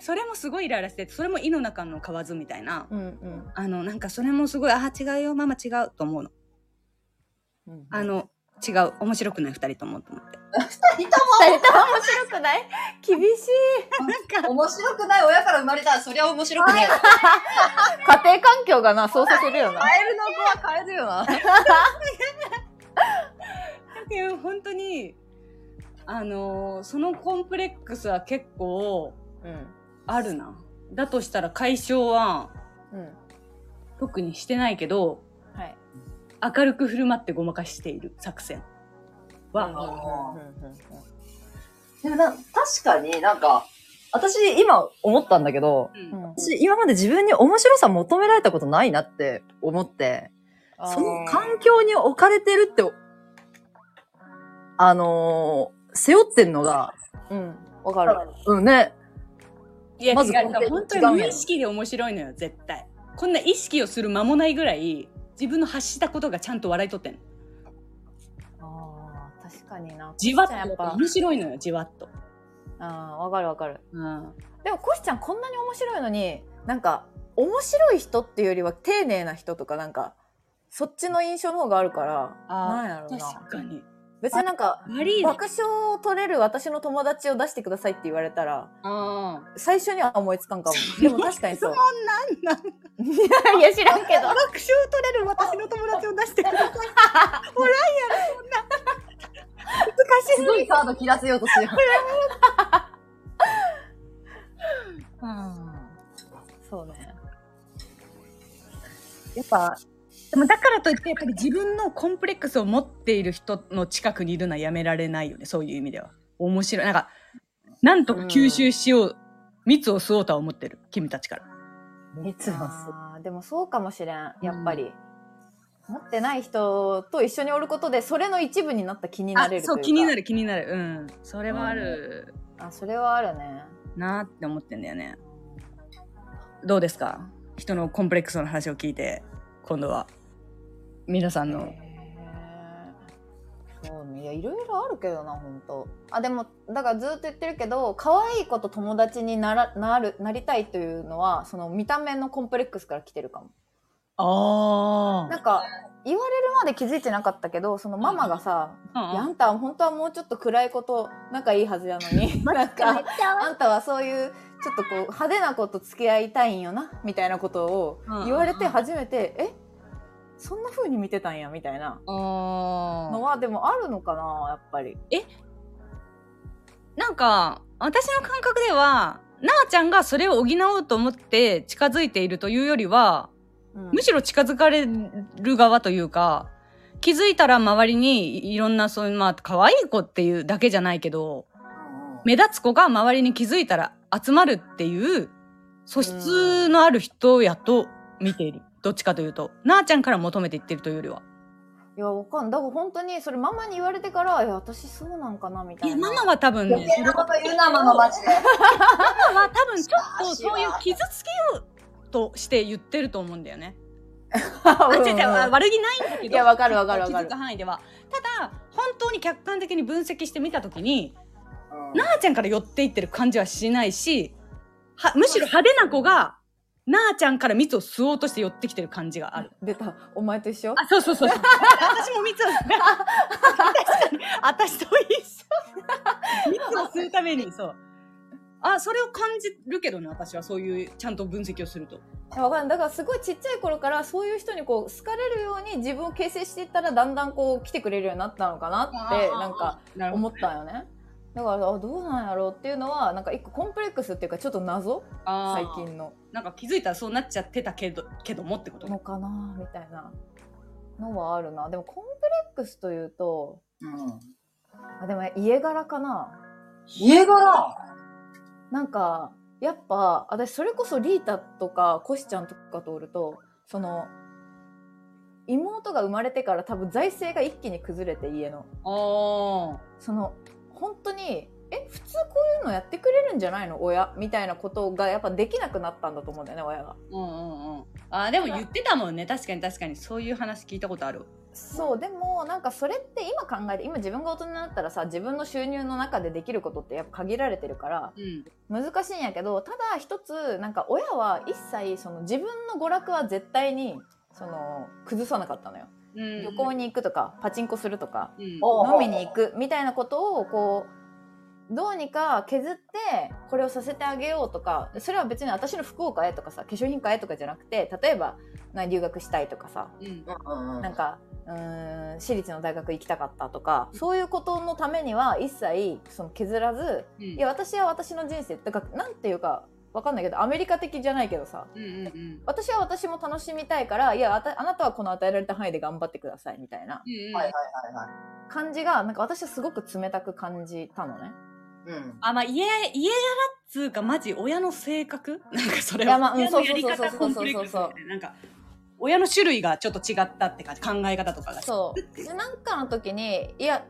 A: それもすごいイライラしてそれも「井の中の蛙」みたいな
B: うんうん
A: あのなんかそれもすごい「あー違うよママ違う」と思うの
B: うん。
A: あの違う面白くない二人ともと思って
D: い二人と
B: 二人とも面白くない厳しい。
D: も面白くない親から生まれたらそりゃ面白くない。
B: 家庭環境がな、そうさせるよな。
D: カエルの子はカエルよな。
A: いや本当にあのーそのコンプレックスは結構
B: うん。
A: あるなだとしたら解消は
B: うん。
A: 特にしてないけど
B: はい。
A: 明るく振る舞ってごまかしている作戦は、
D: でもな、確かになんか、
C: 私、今思ったんだけど、
A: うん
B: うん
C: 私、今まで自分に面白さ求められたことないなって思って、その環境に置かれてるって、あのー背負ってんのが、
B: うん。わかる。
C: うんね、
A: いや
C: まず
A: 違う
C: 根底
A: 本当
C: 違う
A: に
C: の
A: 無意識で面白いのよ絶対こんな意識をする間もないぐらい自分の発したことがちゃんと笑いとってんの
B: ああ、確かにな。
A: じわっ
B: こしちゃんや
A: と
B: っぱ、
A: 面白いのよじわっと、
B: ああ、わかるわかる。
A: うん、
B: でも、コシちゃんこんなに面白いのに、なんか、面白い人っていうよりは丁寧な人とか、なんか、そっちの印象の方があるから、
A: あー
B: なんやろうな。
A: 確かに
B: 別になんか、
A: 悪いね
B: 爆笑を取れる私の友達を出してくださいって言われたら、
A: あ
B: 最初には思いつかんかも。でも確かにそう。
A: ーなんなん
B: いや、知らんけど。
A: 爆笑を取れる私の友達を出してください
C: すごいカード切らせようとする。
B: そうね。
A: やっぱでもだからといってやっぱり自分のコンプレックスを持っている人の近くにいるのはやめられないよねそういう意味では面白いなんかなんとか吸収しよう、蜜を吸おうとは思ってる君たちから
C: 熱がす
B: あーでもそうかもしれん、やっぱり。持ってない人と一緒におることで、それの一部になった気になれるというか。
A: そう気にな
B: る。
A: る気になるうんそれはある
B: あ、それはあるね。
A: なーって思ってんだよねどうですか人のコンプレックスの話を聞いて今度は皆さんの
B: へーそうね。いや、いろいろあるけどな、ほんと。あ、でも、だからずっと言ってるけど、可愛い子と友達にならなるなりたいというのは、その見た目のコンプレックスから来てるかも。
A: あ
B: なんか、言われるまで気づいてなかったけど、そのママがさ、いやあ
A: あ
B: んたは本当はもうちょっと暗いこと仲いいはずやのになん かあんたはそういうちょっとこう派手なこと付き合いたいんよなみたいなことを
A: うんうんうん
B: 言われて初めて、えそんな風に見てたんやみたいな
A: あ
B: のはでもあるのかなやっぱり。
A: なんか私の感覚ではなあちゃんがそれを補おうと思って近づいているというよりは
B: うん
A: むしろ近づかれる側というか気づいたら周りにいろんなそういうまあ可愛い子っていうだけじゃないけど目立つ子が周りに気づいたら集まるっていう素質のある人やと見ているどっちかというとなあちゃんから求めていってるというよりはい
B: やわかんだから本当にそれママに言われてからいや私そうなんかなみた
A: い
B: い
A: や
B: な。
A: ママは多分ね
D: 余計なこと言うな、マママジで。
A: ママは多分ちょっとそういう傷つけようとして言ってると思うんだよね。 あ、違う違う
B: うんうん
A: 悪気ないんだけど。
B: いやわかるわかるわかる
A: 気づく範囲では。ただ、本当に客観的に分析してみたときに、なあちゃんから寄っていってる感じはしないし、は、むしろ派手な子が、なあちゃんから蜜を吸おうとして寄ってきてる感じがある。
B: 出たお前と一緒
A: あ、そうそうそうそう。 私も蜜を、確かに、私と 一緒。蜜を吸うために、そう。あ、それを感じるけどね、私はそういう、ちゃんと分析をすると。
B: いやわかんないだからすごいちっちゃい頃からそういう人にこう好かれるように自分を形成していったらだんだんこう来てくれるようになったのかなってなんか
A: なるほど。
B: 思ったよねだからあどうなんやろうっていうのはなんか一個コンプレックスっていうかちょっと謎
A: あ
B: 最
A: ー
B: 近の
A: なんか気づいたらそうなっちゃってたけどけどもってこと
B: のかなみたいなのはあるなでもコンプレックスというとあでも家柄かな
D: 家柄
B: なんかやっぱ私それこそリータとかコシちゃんとかとおるとその妹が生まれてから多分財政が一気に崩れて家の
A: あ
B: その本当にえ普通こういうのやってくれるんじゃないの親みたいなことがやっぱできなくなったんだと思うんだよね親が
A: あうんうんうんあーでも言ってたもんね確かに確かにそういう話聞いたことある
B: そうでもなんかそれって今考えて今自分が大人になったらさ自分の収入の中でできることってやっぱ限られてるから
A: うん。
B: 難しいんやけどただ一つなんか親は一切その自分の娯楽は絶対にその崩さなかったのよ。
A: うん
B: 旅行に行くとかパチンコするとか
A: うん
C: お
B: 飲みに行くみたいなことをこうどうにか削ってこれをさせてあげようとかそれは別に私の福岡へとかさ化粧品買えとかじゃなくて例えばな留学したいとかさ
A: うん
C: うん
B: なんかうーん私立の大学行きたかったとかそういうことのためには一切その削らず
A: うん
B: いや私は私の人生だからなんていうかわかんないけどアメリカ的じゃないけどさ
A: うんうんうん
B: 私は私も楽しみたいからいやあたあなたはこの与えられた範囲で頑張ってくださいみたいな
A: うんうん
C: はいはいはいは
B: 感じがなんか私はすごく冷たく感じたのね。
C: い。うん。
A: あ、まあ、家、家やらっつうか、マジ、親の性格 なんかそれ
B: いや
A: は。
B: まあうん
A: 親のやり
B: そうそう
A: 方
B: そうそう
A: コンプレックスみたい
B: そうそ
A: な。なんか、親の種類がちょっと違ったって感じ、考え方とかが。
B: そうでなんかの時に「いや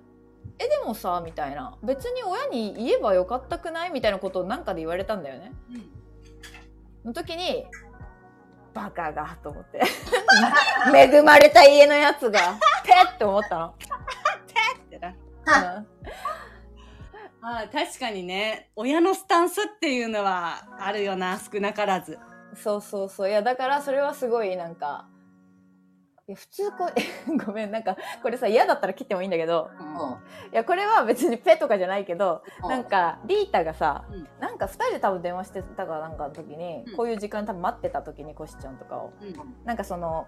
B: えでもさ」みたいな「別に親に言えばよかったくない?」みたいなことをなんかで言われたんだよね。
A: うん
B: の時に「バカが」と思って 「恵まれた家のやつが」ペッって思ったの。
A: ってな
B: うん
A: ああ確かにね親のスタンスっていうのはあるよな少なからず
B: そうそうそういやだからそれはすごいなんかいや普通こう ごめんなんかこれさ嫌だったら切ってもいいんだけどいやこれは別にペとかじゃないけどなんかリータがさ、
A: うん
B: なんか2人で多分電話してたかなんかの時に、
A: うん
B: こういう時間多分待ってた時にコシちゃんとかを、
A: うん
B: なんかその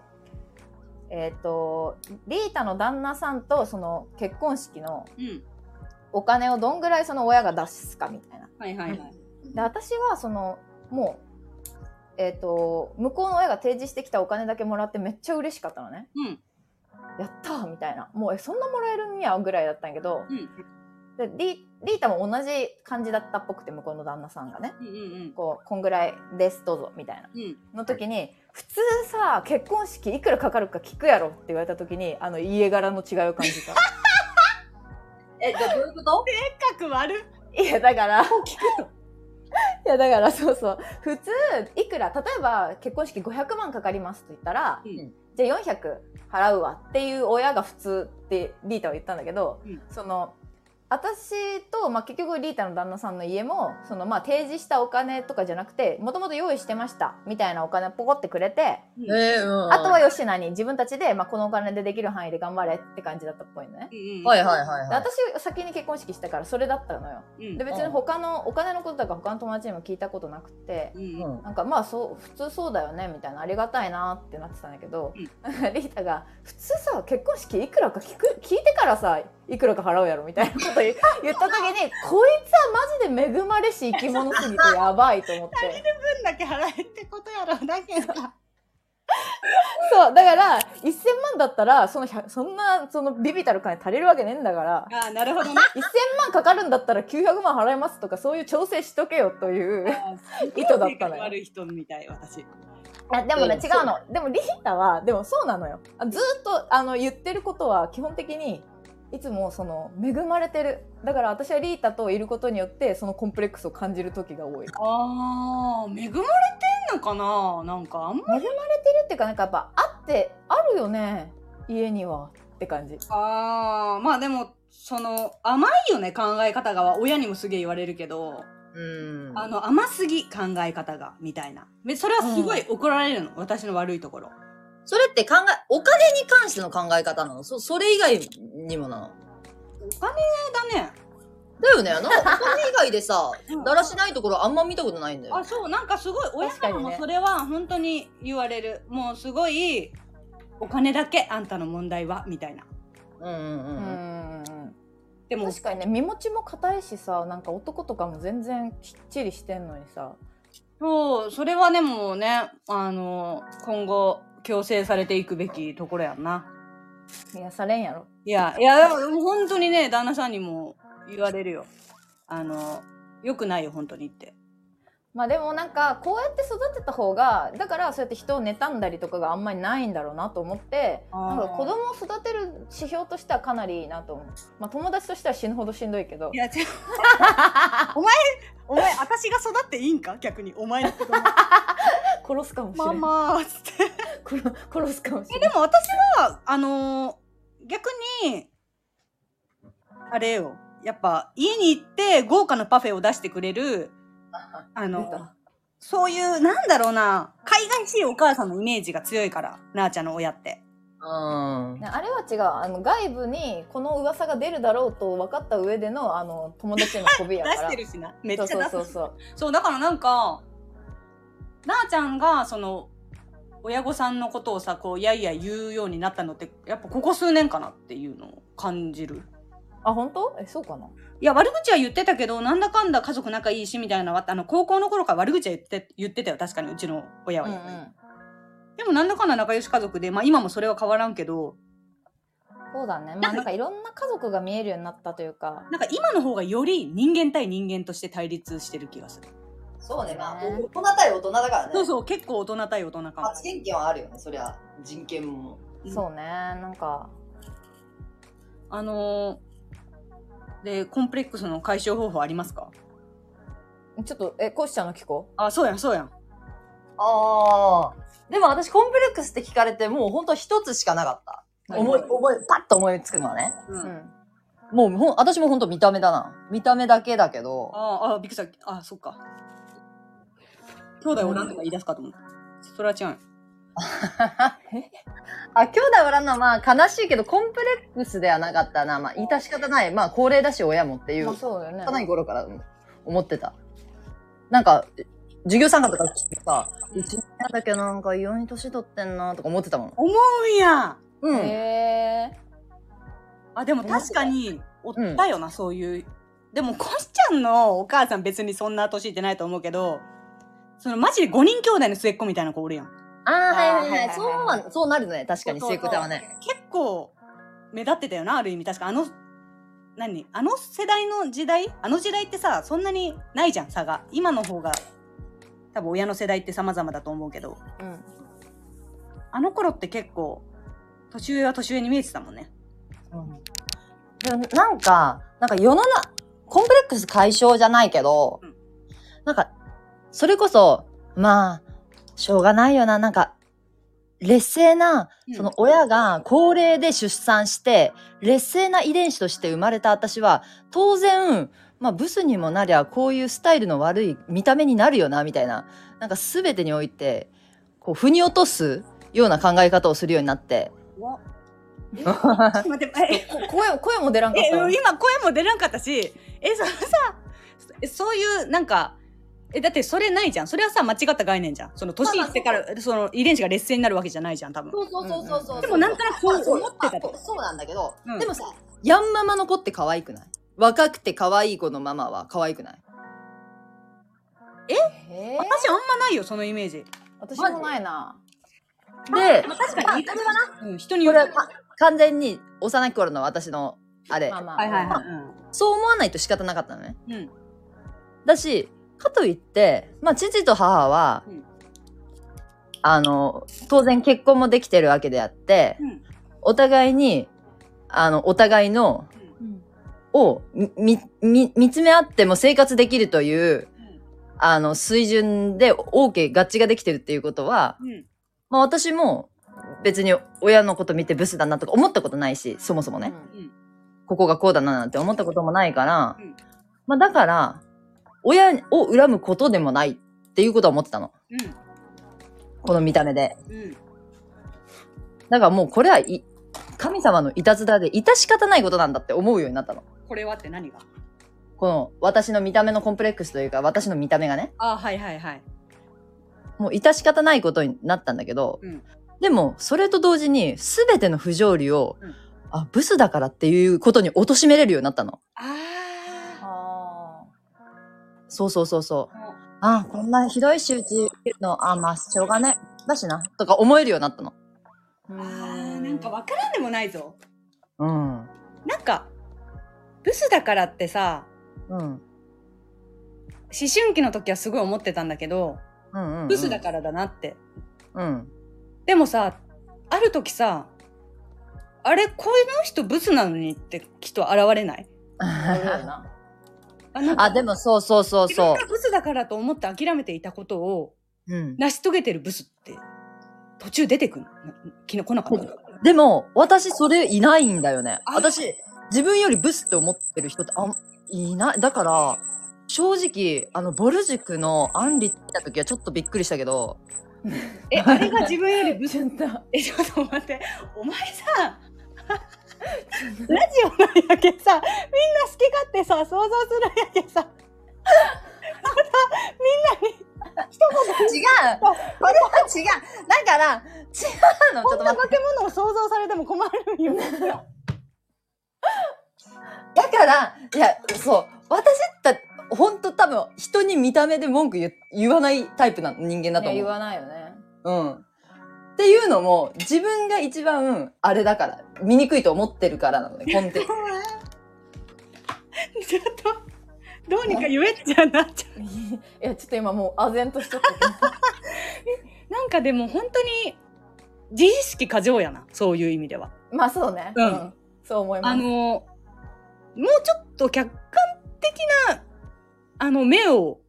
B: えっ、とリータの旦那さんとその結婚式の
A: うん
B: お金をどんぐらいその親が出すかみたいな。
A: はいはいはい
B: で私はそのもうえっ、と向こうの親が提示してきたお金だけもらってめっちゃ嬉しかったのね。
A: うん
B: やったーみたいなもうえそんなもらえるんやぐらいだったんやけど、
A: うん
B: でリリータも同じ感じだったっぽくて向こうの旦那さんがね
A: うんうん
B: こうこんぐらいですどうぞみたいな
A: うんうん
B: の時に、普通さ結婚式いくらかかるか聞くやろって言われた時にあの家柄の違いを感じた
C: え、じゃあどういうこと
A: 深く悪
B: いやだから いやだからそうそう普通いくら例えば結婚式500万かかりますと言ったら、
A: うん
B: じゃあ400払うわっていう親が普通ってリータは言ったんだけど、
A: うん
B: その私と、まあ、結局リータの旦那さんの家もその、まあ、提示したお金とかじゃなくてもともと用意してましたみたいなお金ポコってくれて、
A: うん
C: えー、うん。
B: あとは吉菜に自分たちで、まあ、このお金でできる範囲で頑張れって感じだったっぽいのね。
A: うんうん
C: はいはいはい
B: で
C: はい。
B: 私先に結婚式したからそれだったのよ。
A: うん
B: で別に他のお金のこととか他の友達にも聞いたことなくて
A: うんうん
C: うん
B: なんかまあそう普通そうだよねみたいなありがたいなってなってたんだけど、
A: うん
B: なんかリータが「普通さ結婚式いくらか聞く 聞いてからさいくらか払うやろ」 みたいなこと言言った時にこいつはマジで恵まれし生き物すぎてやばいと 思って。
A: 分だけ払えってことやろだけど
B: そう、だから、1000万だったら、その100、そんな、そのビビたる金足りるわけねえんだから、
A: ああなるほど ね
B: 1000万かかるんだったら900万払いますとか、そういう調整しとけよという。意図だったのよ
A: 悪い人みたい私
B: あでもね、
C: うん
B: 違うの。でも、リヒタは、でもそうなのよ。あずーっと、あの、言ってることは、基本的に、いつも、その、恵まれてる。だから、私はリータといることによって、そのコンプレックスを感じる時が多い。
A: あー恵まれてんのかななんかあんま
B: 恵まれてるっていうか、なんかやっぱ、あって、あるよね。家には。って感じ。
A: あーまあでもその甘いよね考え方が親にもすげえ言われるけど
C: うん。
A: あの甘すぎ考え方がみたいなめそれはすごい怒られるの、私の悪いところ
C: それって考え、お金に関しての考え方なのそ、それ以外にもなの
A: お金だね
C: だよね。 なんかお金以外でさ
A: うん、
C: だらしないところあんま見たことないんだよ
A: あ。そうなんかすごい親から
B: 確かに
A: も
B: ね
A: それは本当に言われるもうすごいお金だけあんたの問題はみたいな
C: うんうんう。
B: うんん。
A: でも
B: 確かにね身持ちも硬いしさなんか男とかも全然きっちりしてんのにさ
A: そうそれはでもねあの今後強制されていくべきところやんない
B: やされんやろ
A: いや、いや、でも本当にね、旦那さんにも言われるよ。あの、良くないよ、本当にって。
B: まあでもなんかこうやって育てた方がだからそうやって人を妬んだりとかがあんまりないんだろうなと思って
A: あー
B: なんか子供を育てる指標としてはかなりいいなと思う、まあ、友達としては死ぬほどしんどいけど
A: いや、違う。 お前、お前、私が育っていいんか逆に、お前の子供。
B: 殺すかもしれ
A: まあ ま
B: ない、
A: あ、つって。
B: 殺殺すかもしれ
A: で
B: ない
A: も私は、あの逆に、あれよ。やっぱ、家に行って豪華なパフェを出してくれる、あ
B: 出
A: の、
B: た
A: そういう、なんだろうな、海外しいお母さんのイメージが強いから、なあちゃんの親って。
E: うん
B: ね。あれは違うあの外部にこの噂が出るだろうと分かった上でのあの友達への媚びや
A: 出
B: から
A: してるしな。めっちゃ出す
B: そうそうそうそう
A: そう、だからなんか、なあちゃんが、その、親御さんのことをさ、こう、やいや言うようになったのって、やっぱここ数年かなっていうのを感じる。
B: あ本当えそうかない
A: や、悪口は言ってたけど、なんだかんだ家族仲いいし、みたいなのは、あの、高校の頃から悪口は言って言ってたよ。確かに、うちの親は、
B: うんうん
A: でも、なんだかんだ仲良し家族で、まあ、今もそれは変わらんけど、
B: そうだねまあなんかいろんな家族が見えるようになったというか
A: なんか今の方がより人間対人間として対立してる気がする。
D: そうね、まあ、
B: ね
D: 大人対大人だからね。
A: そうそう、結構大人対大人かも。
D: 発言権はあるよね、そりゃ。人権も。
A: うん
B: そうねなんか
A: あのーで、コンプレックスの解消方法ありますか
B: ちょっとえこうしちゃんの聞こ
A: あ、そうやん、そうやん。
D: ああ。でも私、コンプレックスって聞かれて、もう本当一つしかなかった。
B: う
D: 思い、思い、パッと思いつくのはね。
A: う。
B: うんん
D: もうほん、私も本当見た目だな。見た目だけだけど。
A: ああ、びっくりした。あ、そっか。兄弟おらんとか言い出すかと思った。それは違うよ。
D: あ、兄弟おらんのはまあ悲しいけど、コンプレックスではなかったな。まあ、致し方ない。まあ、高齢だし、親もっていう
B: まあ、、そうだよね
D: 幼い頃から思ってた。なんか、授業参加とか聞いてさ、うちの親だけなんか異様に年取ってんなとか思ってたもん。
A: 思うんや
D: う
B: へ
D: ん。
B: え
A: あ、でも確かに、おったよな、そういう。でも、コシちゃんのお母さん別にそんな年いってないと思うけど、そのマジで5人兄弟の末っ子みたいな子おるやん。
D: ああ、はいはい
B: はい
D: は
B: はい
D: い。そうは、そうなるね。確かに、
A: そうそ
D: そういううことはね。
A: 結構目立ってたよなある意味確かあの何あの世代の時代あの時代ってさそんなにないじゃん差が今の方が多分親の世代って様々だと思うけど
B: うん
A: あの頃って結構年上は年上に見えてたもんね
D: でもなんか、なんか世の中、コンプレックス解消じゃないけど、
A: うん
D: なんか、それこそ、まあ、しょうがないよな、なんか、劣勢な、
A: うん
D: その親が高齢で出産して、劣勢な遺伝子として生まれた私は、当然、まあ、ブスにもなりゃ、こういうスタイルの悪い見た目になるよな、みたいな、なんか全てにおいて、こう、腑に落とすような考え方をするようになって、
A: ちょっ と待ってえ
B: こ声も声も出らんかっ
A: え
B: たわ
A: 今声も出なかったしえそのさえそういうなんかえだってそれないじゃんそれはさ間違った概念じゃんその年いってからその遺伝子が劣勢になるわけじゃないじゃん多分
D: そうそうそうそうそう。
A: でもなんとなくそう思ってた
D: まあ
A: と
D: そうなんだけど、
A: うん
D: でもさ、ヤンママの子って可愛くない若くて可愛い子のママは可愛くない
B: へえ
A: 私あんまないよそのイメージ
B: 私もないな
D: で、
A: 確かに、うん、人に
D: こ
A: よ
D: れ
A: る
D: はか完全に幼い頃の私のあれ
B: ま、あまあ
A: はいはいはい、
D: そう思わないと仕方なかったのね。
A: うんうん、
D: だし、かといって、まあ父と母は、
A: うん
D: あの、当然結婚もできてるわけであって、
A: うん
D: お互いに、あの、お互いの
B: うん
D: をみみみ見つめ合っても生活できるという、あの水準で OK 合致ができてるっていうことは、
A: うん
D: まあ、私も別に親のこと見てブスだなとか思ったことないしそもそもね、
B: うん
D: ここがこうだななんて思ったこともないから、
A: うん
D: まあ、だから親を恨むことでもないっていうことは思ってたのこの見た目で
A: うんうん
D: だからもうこれはい神様のいたずらで致し方ないことなんだって思うようになったの
A: これはって何が
D: この私の見た目のコンプレックスというか私の見た目がね
A: あはいはいはい
D: もう致し方ないことになったんだけど、
A: うん
D: でもそれと同時に全ての不条理を、
A: うん
D: あブスだからっていうことに貶としめれるようになったの
A: あ
B: あ
D: そうそうそうそう
A: うん
D: あこんなひどい仕打ち受けるのあまあしょうがねだしなとか思えるようになったの
A: あ
B: ーう
A: ーなんかわからんでもないぞ
D: うん
A: なんかブスだからってさ
D: うん
A: 思春期の時はすごい思ってたんだけど
D: うんうん
A: ブスだからだなって、
D: うん
A: でもさある時さあれこの人ブスなのにってきっと現れない
B: なるよな
A: あなんか
D: あでもそうそうそう
A: 自分
D: そ
A: がブスだからと思って諦めていたことを
D: う、うん、
A: 成し遂げてるブスって途中出てくんのきの来なかった
D: でも、私それいないんだよね。私、自分よりブスって思ってる人ってあん、いない。だから、正直、あの、ボル塾のアンリ見た時はちょっとびっくりしたけど、
A: え、あれが自分よりブ
B: ち
A: ス。
B: ょっと
A: え、ちょっと待って。お前さ、ラジオなんやけさ、みんな好き勝手さ、想像するんやけさ。
D: 違うこれは違うだから、違うのちょっと待って。
A: 化け物を想像されても困るんよ。
D: だから、いや、そう、私って、ほんと多分、人に見た目で文句言言わないタイプな人間だ
B: ね
D: と思
B: 言
D: う。
B: わないよね
D: うん。っていうのも、自分が一番、あれだから、醜いと思ってるからな のね、コンテンツ。
A: ちょっと、どうにか言えっちゃなっちゃう。
B: いやちょっと今もう唖然と しちゃった
A: なんかでも本当に、自意識過剰やな。そういう意味では。
B: まあそうね、
A: うん
B: そう思います
A: あの、もうちょっと客観的な、あの、目を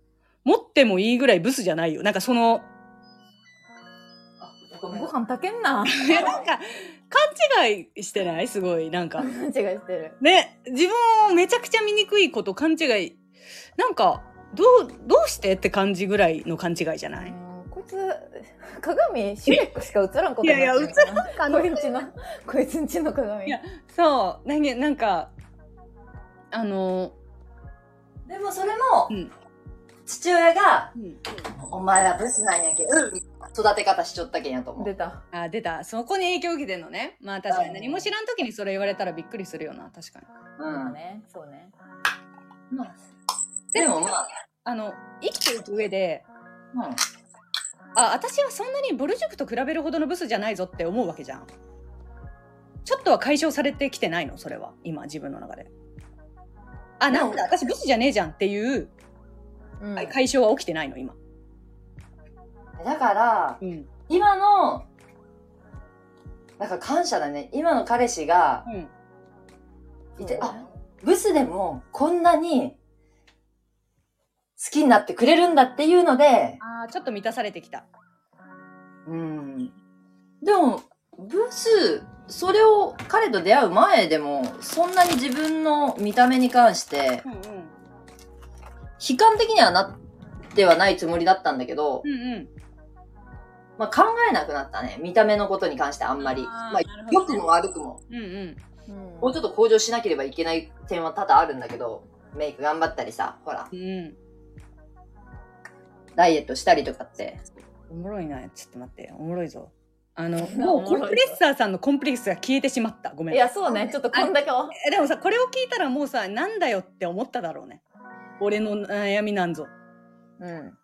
A: 持ってもいいぐらいブスじゃないよ。なんかその、
B: ご飯炊けんな
A: いやなんか、勘違いしてないすごい、なんか。
B: 勘違いしてる
A: ね、自分をめちゃくちゃ醜いこと勘違い。なんか、どう、どうしてって感じぐらいの勘違いじゃない
B: うんこいつ鏡シュレックしか映らんことになって
A: い
B: る
A: やいや
B: 映らんかこいつんちのこいつんちの鏡
A: いやそう、なんか、なんか、あの、
D: でもそれも、
A: うん
D: 父親が、
A: うん
D: お前はブスなんやけど、うん育て方しちょったけんやと思う。
B: 出た
A: あ、出た。そこに影響受けてんのね。まあ確かに何も知らん時にそれ言われたらびっくりするよな、確かに。
D: うん
B: まあねそうね
D: まあでもまあ、
A: あの、生きていく上で、
D: うん
A: あ、私はそんなにボル塾と比べるほどのブスじゃないぞって思うわけじゃん。ちょっとは解消されてきてないのそれは。今、自分の中で。あ、なんだ、私ブスじゃねえじゃんっていう
B: うん
A: 解消は起きてないの、今。
D: だから、
A: うん。
D: 今の、だから感謝だね。今の彼氏が
A: うん。
D: いて、あ、ブスでもこんなに好きになってくれるんだっていうので、
A: あーちょっと満たされてきた。
D: うん。でも、ブス、それを彼と出会う前でも、そんなに自分の見た目に関して
A: う、んうん。
D: 悲観的にはなってはないつもりだったんだけど
A: う、んうん。
D: まあ考えなくなったね。見た目のことに関してあんまり。
A: あー
D: ま
A: な
D: あ
A: るほどね、
D: 良くも悪くも。
A: うんうん。
B: うん
D: もうちょっと向上しなければいけない点は多々あるんだけど、メイク頑張ったりさ、ほら、
A: うん。
D: ダイエットしたりとかって。
A: おもろいな。ちょっと待って。おもろいぞ。あの、
B: な
A: もう
B: お
A: コ
B: も
A: ン
B: ろ
A: プ
B: いぞ
A: レッサーさんのコンプレックスが消えてしまった。ごめん。
B: いやそうねちょっとこんだけお
A: えでもさこれを聞いたらもうさなんだよって思っただろうね俺の悩みなんぞ
B: うん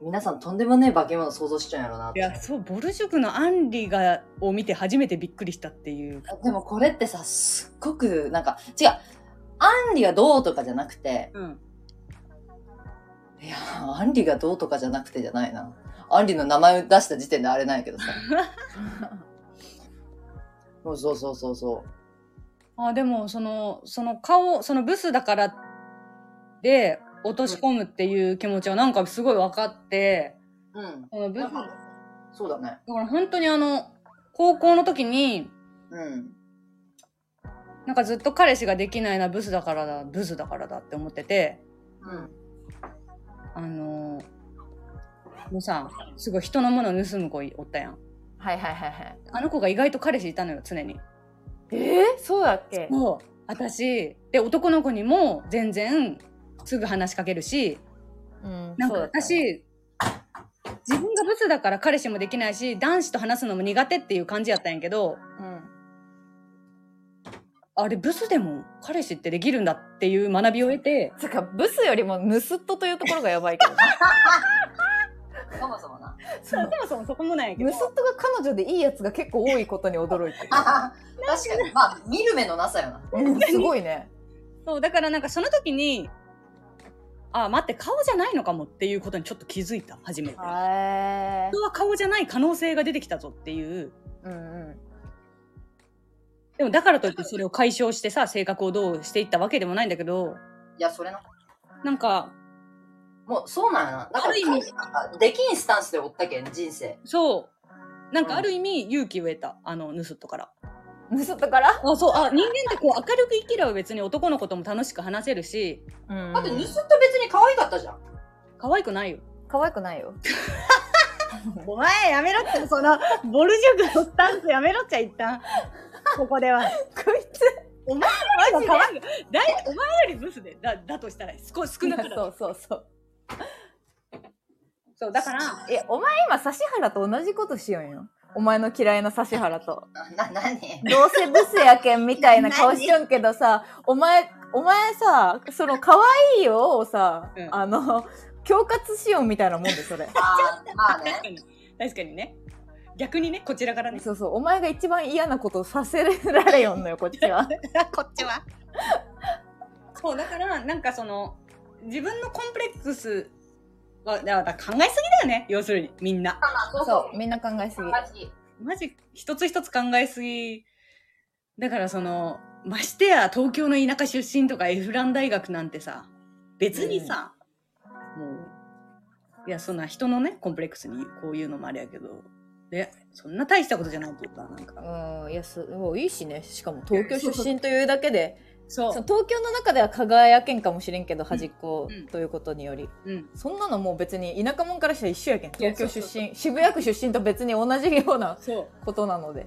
D: 皆さんとんでもねえ化け物想像しちゃうんやろうなっ
A: い
D: て。
A: やそうボル塾のアンリがを見て初めてびっくりしたっていう
D: でもこれってさ、すっごく、なんか、違う。アンリがどうとかじゃなくて、
A: うん
D: いや、アンリがどうとかじゃなくてじゃないな。アンリの名前を出した時点であれなん やけどさ。そうそうそうそうそ
A: あでもそのその顔そのブスだからで落とし込むっていう気持ちはなんかすごい分かって、
D: う。うん。
A: そのブスだ
D: なん
A: か
D: かそうだね。
A: ら本当にあの高校の時に
D: うん。
A: なんかずっと彼氏ができないなブスだからだブスだからだって思ってて
D: うん。
A: あのもうさすごい人のもの盗む子おったやん
B: はいはいはいはい
A: あの子が意外と彼氏いたのよ、常に。
B: えー、そうだっけ
A: もう、私、で、男の子にも全然すぐ話しかけるし、
B: うん
A: なん
B: そ
A: か
B: うだったね
A: 私、自分がブスだから彼氏もできないし、男子と話すのも苦手っていう感じやったんやけど、
B: うん
A: あれ、ブスでも彼氏ってできるんだっていう学びを得て、
B: つうかブスよりもヌスっとというところがやばいけど
D: そもそ もな。
B: そう
A: もそもそこもないや
B: ヌスっとが彼女でいいやつが結構多いことに驚いてる
D: 確かに。まあ、見る目のなさよな。
B: うんすごいね
A: そう、だからなんかその時に、あ、待って、顔じゃないのかもっていうことにちょっと気づいた、初めて。人
B: へえ
A: は顔じゃない可能性が出てきたぞっていう。
B: うんうん
A: でもだからといってそれを解消してさ性格をどうしていったわけでもないんだけど
D: いや、それな。
A: なんか
D: もう、そうなんやな。だか
A: あ
D: ら
A: る意味、
D: なんかできんスタンスでおったけん、人生。
A: そうなんかある意味勇気植えた、あの、ヌスットから。
B: 盗ったから
A: あ、そう、あ、人間ってこう明るく生きれば別に男の子とも楽しく話せるし、
D: うん
C: だって盗った別に可愛かったじゃん。
A: 可愛くないよ。
B: 可愛くないよ。
F: お前やめろって、その、 ボルジュグのスタンスやめろっちゃ一旦。ここでは。
B: こいつ
F: お前
B: マ
F: マ
B: ジ
F: ジ
B: で
F: でだいお前よりブスで、だ、だとしたら、少少なく な
B: そ
F: る。
B: うそうそう。
A: そう、だから、
B: いや、お前今、指原と同じことしよんよ。お前の嫌いな指原と。
C: な、な に
B: どうせブスやけんみたいな顔しよんけどさ、お前、お前さ、その、可愛いよをさ、
A: うん
B: あの、恐喝しよんみたいなもんで、それ。
C: あーまあね
A: 確。かに。確かにね。逆にね、こちらからね。
B: そうそう、お前が一番嫌なことをさせられよんのよ、こっちは。
F: こっちは。
A: そう、だから、なんかその、自分のコンプレックスは、だから考えすぎだよね。要するに、みんな。
C: まあそう
B: そ、
C: そう
B: みんな考えす
C: う。
B: ぎ。
C: マジ。
A: マジ、一つ一つ考えすぎ。だからその、ましてや東京の田舎出身とかエフラン大学なんてさ、別にさ、もう、いや、そんな人のね、コンプレックスにこういうのもあれやけど、で、そんな大したことじゃないっていうか、なんか。
B: うん、いや、すごいいいしね。しかも、東京出身というだけで、
A: そ
B: そうの。東京の中では輝けんかもしれんけど、端っこ
A: うん
B: ということにより。
A: うん。
B: そんなのもう別に田舎者からしたら一緒やけん
A: いや
B: 東京出
A: そうそう
B: 身渋谷区出身と別に同じような
A: そう。
B: ことなので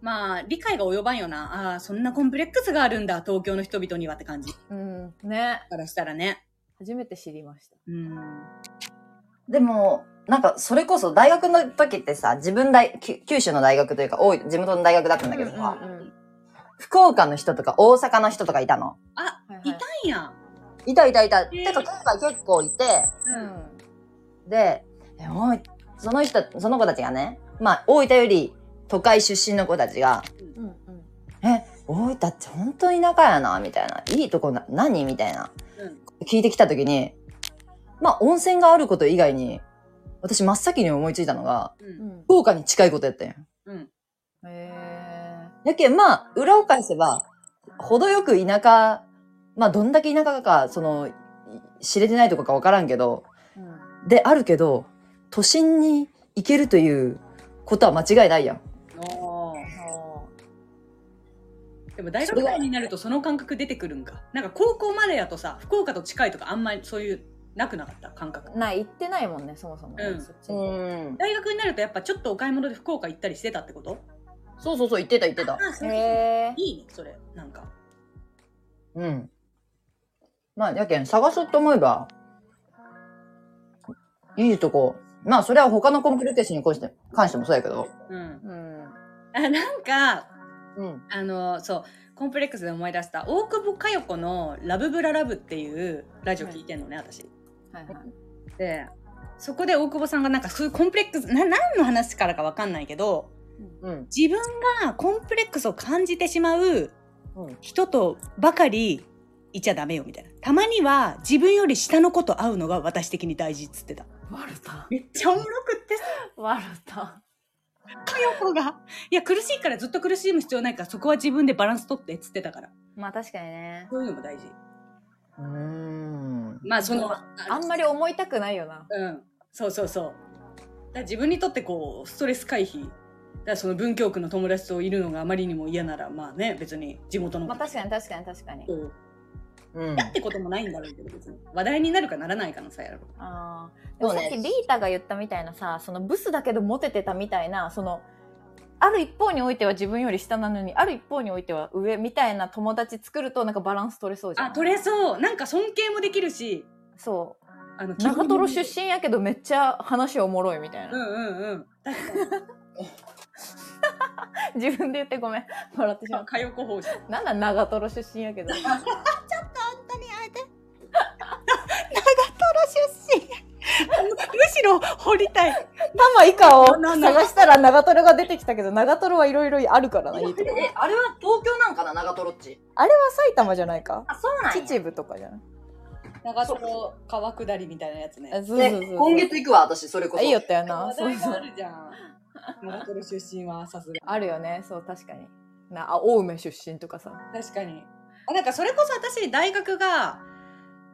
A: まあ、理解が及ばんよな。ああー、そんなコンプレックスがあるんだ、東京の人々にはって感じ。
B: うんね
A: からしたらね。
B: 初めて知りました
A: うん。
D: でも、なんか、それこそ、大学の時ってさ、自分大、きゅ九州の大学というか、多い、地元の大学だったんだけどさ、
B: うんうんうん
D: 福岡の人とか大阪の人とかいたの。
A: あ、
B: はいはい
A: いたんや。
D: いたいたいた。
A: ー
D: てか、今回結構いて、
B: うん
D: で、えもう、その人、その子たちがね、まあ、大分より都会出身の子たちが、
B: うんうん
D: え、大分って本当に田舎やな、みたいな。いいとこな、何みたいな
A: うん。
D: 聞いてきたときに、まあ、温泉があること以外に、私真っ先に思いついたのが、
A: う。
B: うんん
D: 福岡に近いことやったんよ。
A: うん。
B: へ
D: やけん、まあ、裏を返せば、程よく田舎、まあ、どんだけ田舎か、その、い知れてないとこかわからんけど、
B: えうん
D: であるけど、都心に行けるということは間違いないやん。
A: おー。
B: あ
A: でも大学生になるとその感覚出てくるんか。なんか高校までやとさ、福岡と近いとかあんまりそういう、なくなかった感覚
B: ー。ない行ってないもんねそもそもね、
A: うん
B: そっちに
D: ん。
A: 大学になるとやっぱちょっとお買い物で福岡行ったりしてたってこと
D: そうそうそう、言ってた言ってた。
A: あ、それ
B: へえ
A: いいね、それ。なんか。
D: うん。まあ、やけん、探そうと思えば、いいとこ。まあ、それは他のコンプレックスに関して関してもそうやけど。
A: うん。
B: うん
A: あ、なんか、
D: うん。
A: あの、そう、コンプレックスで思い出した、大久保佳代子のラブブララブっていうラジオ聞いてんのね、私。
B: はいはい
A: で、そこで大久保さんがなんかそういうコンプレックス、な、何の話からかわかんないけど、
D: うん。
A: 自分がコンプレックスを感じてしまう
D: うん
A: 人とばかりいちゃダメよみたいな。たまには自分より下の子と会うのが私的に大事っつってた。
B: 笑った
A: めっちゃおもろくってさ、
B: 笑った
A: かよこが。いや、苦しいからずっと苦しむ必要ないから、そこは自分でバランス取ってっつってたから。
B: まあ確かにね
A: そういうのも大事。
D: うーん。
A: まあ、その、
B: あんまり思いたくないよな
A: うん。そうそうそう。だから自分にとってこう、ストレス回避。だからその文京区の友達といるのがあまりにも嫌なら、まあね、別に地元の
B: ま
A: 子
B: あ確かに確かに確かに
A: と
D: うん
A: やってこともないんだろうけど別に話題になるかならないかのさやろ
B: あーで
D: そ
B: も
D: う
B: さ
D: ね
B: っきリータが言ったみたいなさそのブスだけどモテてたみたいなそのある一方においては自分より下なのにある一方においては上みたいな友達作るとなんかバランス取れそうじゃん
A: あ取れそうなんか尊敬もできるし
B: そ
A: あの
B: う長瀞
A: 基本
B: 出身やけどめっちゃ話おもろいみたい
A: う
B: な、
A: んうんうん確
B: 自分で言ってごめん笑ってしまっ
A: かに火こ法 師
B: たなんだ長瀞出身やけどちょっと本当にあえて長瀞出身
A: むしろ掘りたい
B: 玉以下を
A: な
B: 探
A: んだ
B: したら長瀞が出てきたけど長瀞はいろいろあるからないい とこ
D: え、あれは東京なんかな長瀞っち。
B: あれは埼玉じゃないか
D: あ、そうなんや。
B: 秩父とかじゃない
A: 長瀞川下りみたいなやつね
B: あそうそう
D: ね
B: そうそう
D: 今月行くわ、私、それこ
B: あ
D: そ。
B: いいよったよ な
A: 話
B: そう
A: 題
B: そ
A: があ
B: う
A: るじゃん長瀞出身はさすが
B: あるよねそう確かになあ青梅出身とかさ
A: 確かにあなんかそれこそ私大学が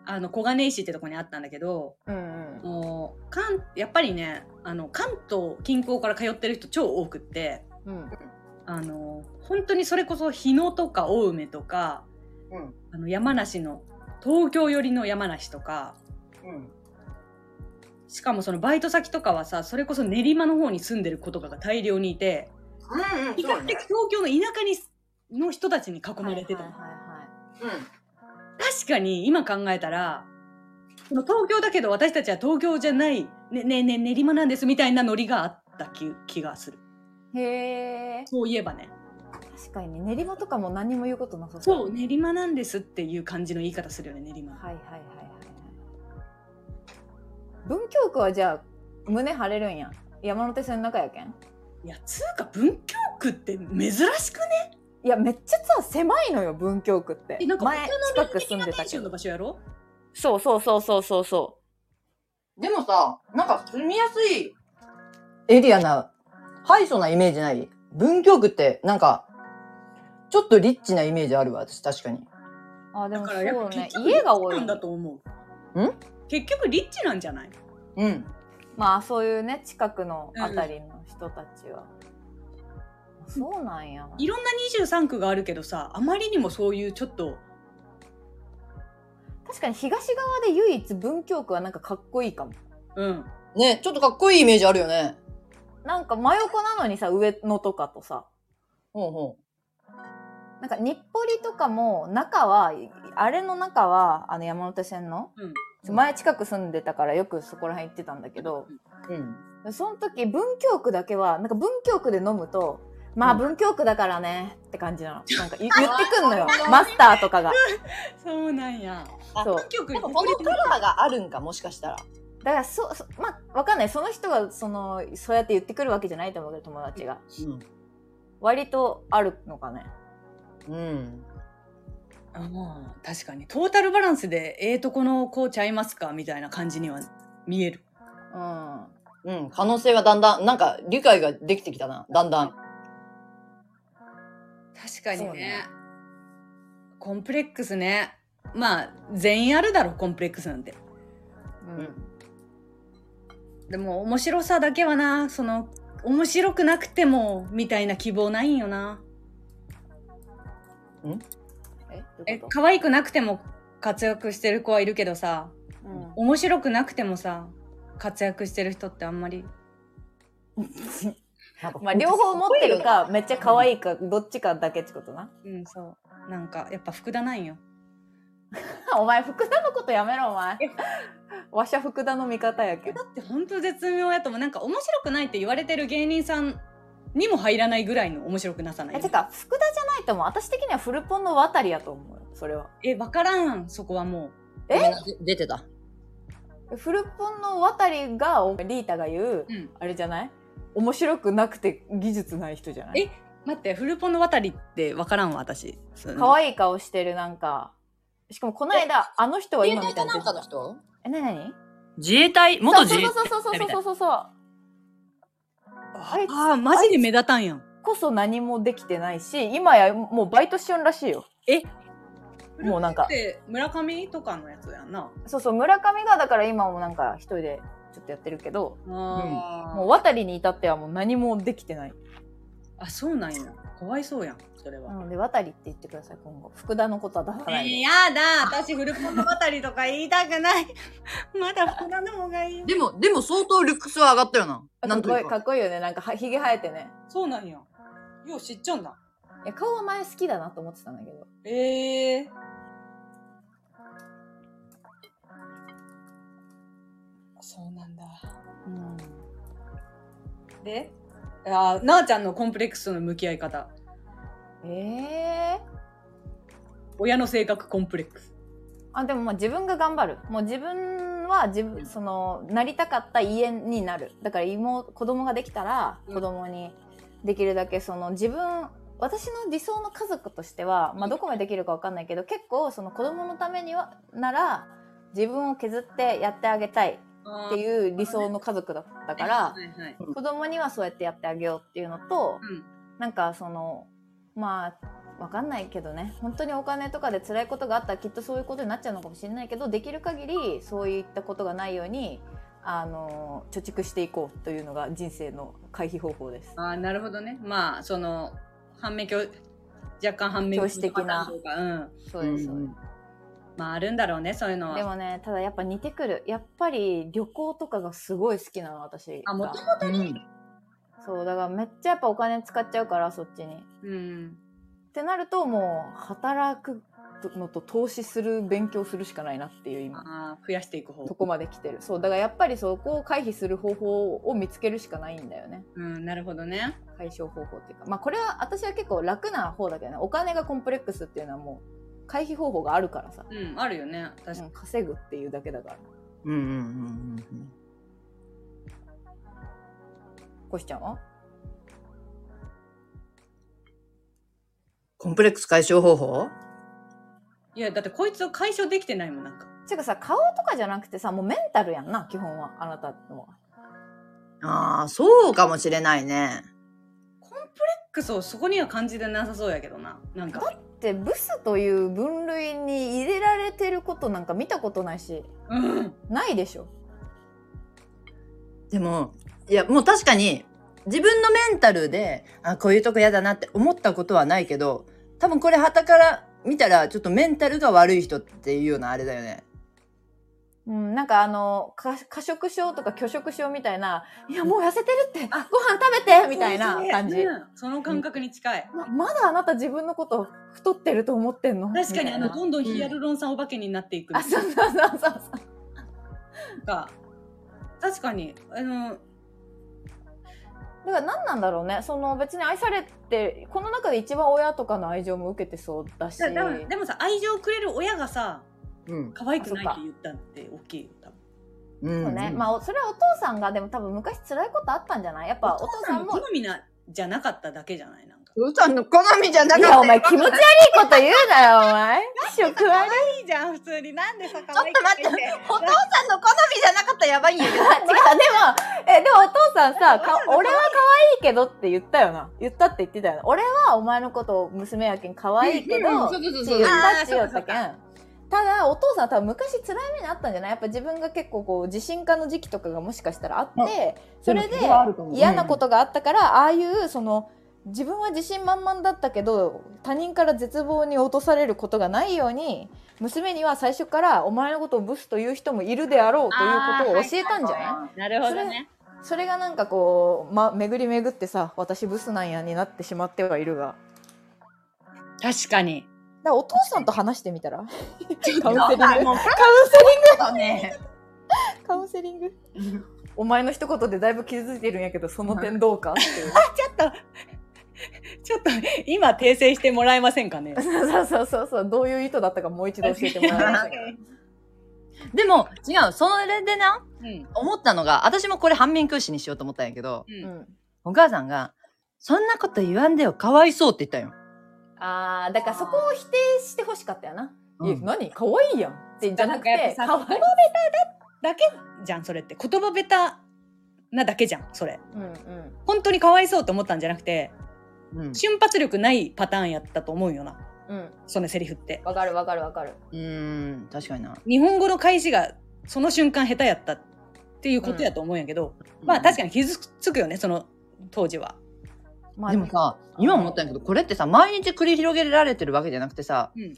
A: あの小金井市ってとこにあったんだけど
B: うん
A: もう関やっぱりねあの関東近郊から通ってる人超多くって
B: うんうん
A: あの本当にそれこそ日野とか青梅とか、
G: うん
A: あの山梨の東京寄りの山梨とか
G: うん。
A: しかもそのバイト先とかはさそれこそ練馬の方に住んでる子とかが大量にいて
G: うんうん、
A: 比
G: そう
A: 較的
G: ね。
A: 東京の田舎にの人たちに囲まれてたの、
B: はいはいはいはい
G: うん。
A: 確かに今考えたらその東京だけど私たちは東京じゃないねねね練馬なんですみたいなノリがあった気気がする
B: へえ
A: そういえばね
B: 確かにね練馬とかも何も言うことなさ
A: そうう練馬なんですっていう感じの言い方するよね練馬、
B: はいはいはいはい文京区はじゃあ胸張れるんや山手線の中やけん
A: いやつうか文京区って珍しくね
B: いやめっちゃさ狭いのよ文京区って
A: えなんか
B: 前近く住んでた
A: 大
B: け
A: 衆の
B: ど
A: 場所やろ
B: そうそうそうそうそうそ
G: でもさ、なんか住みやすい。
D: エリアな、ハイソなイメージない文京区って、なんか、ちょっとリッチなイメージあるわ、私、確かに。
B: うあで
A: だ
B: も
A: からやっ
B: そ
A: ぱ
B: うね
A: 結局
B: 家が多
A: ないんだと思うん結局リッチなんじゃない
D: うん。
B: まあそういうね近くのあたりの人たちは、そうなんやない
A: ろんな23区があるけどさあまりにもそういうちょっと
B: 確かに東側で唯一文京区はなんかかっこいいかも
A: うん
D: ね、ちょっとかっこいいイメージあるよね。
B: なんか真横なのにさ上野とかとさ
D: ほうほ
B: なんか日暮里とかも中はあれの中はあの山手線の、
A: うん
B: 前近く住んでたからよくそこら辺行ってたんだけど、
D: う。うん。
B: その時文京区だけはなんか文京区で飲むとまあ文京区だからねって感じなのなんか言言ってくんのよマスターとかが
A: そうなんや
D: あ
B: そう
A: 文京区
D: でもこのカラーがあるんか、もしかしたら。
B: だからそそまあわかんないその人がそのそうやって言ってくるわけじゃないと思うけど友達が割とあるのかね
D: うん。うん。
A: あまあ確かにトータルバランスでええとこのこうちゃいますかみたいな感じには見える
B: うん
D: うん。可能性はだんだん、なんか理解ができてきたな、だんだん。
A: 確かにね
B: そうね
A: コンプレックスねまあ全員あるだろコンプレックスなんて
B: うん
A: でも面白さだけはなその面白くなくてもみたいな希望ないんよな
B: えどうい
A: え
B: うこ
A: 可愛くなくても活躍してる子はいるけどさ
B: とうん
A: 面白くなくてもさ活躍してる人ってあんまり
D: なんか
B: まあ、両方持ってる
D: かっ
B: か、めっちゃ可愛いか、どっちかだけってことな。
A: うんそうなんかやっぱ福田なんよ
B: お前、福田のことやめろ、お前。わしゃ福田の味方やけど
A: だ。って本当絶妙やと思うなんか面白くないって言われてる芸人さんにも入らないぐらいの面白くなさない
B: え、てか、福田じゃないと思う。私的にはフルポンの渡りやと思うよ。それは。
A: え分からんそこはも
D: こいいです出てた。
B: フルポンの渡りが、おリータが言う、
A: う、うん、
B: あれじゃない面白くなくて技術ない人じゃない
A: え待ってフルポンの渡りって分からんわ私
B: 可
A: い
B: 愛い顔してる、なんか。しかも、この間、あの人は
D: 自衛
B: 今み
D: 隊
B: た
D: か
B: いな
D: なんかの人
B: え、なになに
G: 自衛隊、元自衛
B: そうそうそうそうそうそうそう。
A: あ
B: あいつ
A: あマジで目立たんやん
B: こそ何もできてないし、今やもうバイトしよんらしいよ。
A: え
B: もうなんか、
A: で村上とかのやつやんな
B: そうそう、村上がだから今もなんか一人でちょっとやってるけど、
A: あ、
B: もう渡りに至ってはもう何もできてない。
A: あそうなんやかわいそうやんそれ
B: な
A: は、
B: ので渡りって言ってください、今後。福田のことは出さないで。
A: やだ私フルポンの渡りとか言いたくないまだ福田の方がいい
D: でも、でも相当ルックスは上がったよな。
B: か
D: な
B: っ
D: ん
B: ことい
D: い
B: いうか
D: か。
B: っこいいよね。なんかはひげ生えてね。
A: そうなんやよう知っちゃうんだ
B: いや顔は前好きだなと思ってたんだけど。
A: ええそうなんだ。
B: うん。
A: で、あーなあちゃんのコンプレックスとの向き合い方。
B: ええ
A: 親の性格コンプレックス。
B: あ、でもまあ自分が頑張る。もう自分は自分、その、なりたかった家になる。だから妹、子供ができたら、
A: うん
B: 子供にできるだけその自分、私の理想の家族としては、まあどこまでできるかわかんないけど、結構その子供のためには、なら、自分を削ってやってあげたいって
A: う
B: いう理想の家族だったか
A: は
B: ら、
A: いはい。
B: 子供にはそうやってやってあげようっていうのと、
A: うん
B: なんかそのまあわかんないけどね本当にお金とかで辛いことがあったらきっとそういうことになっちゃうのかもしれないけどできる限りそういったことがないようにあの貯蓄していこうというのが人生の回避方法です。
A: あーなるほどね。まあ、その、反面教、若干反面
B: 教師的な
A: パターンというかうん。
B: そうですそうです
A: まあ、あるんだろうね、そういうのは。
B: でもねただやっぱ似てくるやっぱり旅行とかがすごい好きなの私が
A: あもと
B: そうだからめっちゃやっぱお金使っちゃうからそっちにっ
A: うん。
B: てなるともう働くのと投資する勉強するしかないなっていう今
A: あー増やしていく方
B: そ。こまで来てるそうだからやっぱりそこを回避する方法を見つけるしかないんだよね
A: うん、なるほどね。
B: 解消方法っていうかまあこれは私は結構楽な方だけどねお金がコンプレックスっていうのはもう回避方法があるからさ、
A: うん、あるよね。確か
B: うん稼ぐっていうだけだから
D: うんうんうんうんうん
B: こしちゃんは
D: コンプレックス解消方法
A: いや、だってこいつを解消できてないもん、なんか。
B: ていうかさ顔とかじゃなくてさもうメンタルやんな基本はあなたのは
D: ああ、そうかもしれないね。
A: コンプレックスをそこには感じてなさそうやけどな。なんか。
B: でブスという分類に入れられてることなんか見たことないし
A: うん。
B: ないでしょ
D: でも、いや、もう確かに、自分のメンタルで、あ、こういうとこ嫌だなって思ったことはないけど、多分これ旗から見たら、ちょっとメンタルが悪い人っていうようなあれだよね。
B: うん、なんかあの過過食症とか拒食症みたいないやもう痩せてるってあご飯食べてみたいな感じ、
A: うんその感覚に近い。
B: ままだあなた自分のこと太ってると思ってんの
A: 確かに、あの、
B: みたい
A: どんどんヒアルロン酸お化けになっていく
B: なあそうそうそうそう
A: とか。確かに、あの、
B: だから何なんだろうねその別に愛されてこの中で一番親とかの愛情も受けてそうだし
A: だだでもさ、愛情くれる親がさ、
D: うん。
A: 可愛くないって言ったって大きいよ、多分。
D: うん。
B: そうね、まあおそれはお父さんがでも多分昔辛いことあったんじゃないやっぱお父さんも
A: 好みな、じゃなかっただけじゃないなんか。
D: うさんの好みじゃないか
B: や
D: った。
B: お前気持ち悪いこと言うなよお前食悪い
F: いいじゃん、普通に。なんでさ、ちょっ
D: ちょっと待って、お父さんの好みじゃなかったらやばいんやけど。
B: 違うでもえでもお父さ んさか俺は可愛いけどって言ったよな言ったって言ってたよな俺はお前のことを娘やけん可愛いけどって
A: そうそう
B: 言ったって言ったけんただお父さん多分昔辛い目にあったんじゃないやっぱ自分が結構こう自信家の時期とかがもしかしたらあってそれで嫌なことがあったから、ああいうその自分は自信満々だったけど他人から絶望に落とされることがないように娘には最初からお前のことをブスという人もいるであろうということを教えたんじゃない、
A: なるほどね。
B: それがなんかこう、ま、巡り巡ってさ私ブスなんやになってしまってはいるが
A: 確かに。
B: だからお父さんと話してみたらカウンセリングカウンセリングカウンセリングお前の一言でだいぶ傷ついてるんやけどその点どうかっていう
A: ちょっと、今訂正してもらえません かね。
B: そうそうそうそうどういう意図だったかもう一度教えてもらいましたけ
D: でも、違う。それでな、
A: うん。
D: 思ったのが、私もこれ反面教師にしようと思ったんやけど、
A: う。
B: ど、うんん、
D: お母さんが、そんなこと言わんでよ、かわいそうって言ったんよ。
B: あーだからそこを否定してほしかったよな、
D: うん
B: いや何可愛いやんってじゃなくて
A: なん
B: 可
A: かやっぱさ
B: 愛い
A: だけじゃん、それって。言葉下手なだけじゃん、それ。
B: うんうん
A: 本当にかわいそうと思ったんじゃなくて、
D: うん。
A: 瞬発力ないパターンやったと思うよな。
B: うん
A: そのセリフって。
B: わかるわかるわかる
D: うーん、確かにな。
A: 日本語の返しが、その瞬間下手やったっていうことやと思うんやけど、まあ確かに傷つくよね、その当時は。
B: まあ
D: でもさ、今思ったんやけど、これってさ、毎日繰り広げられてるわけじゃなくてさ、
A: うん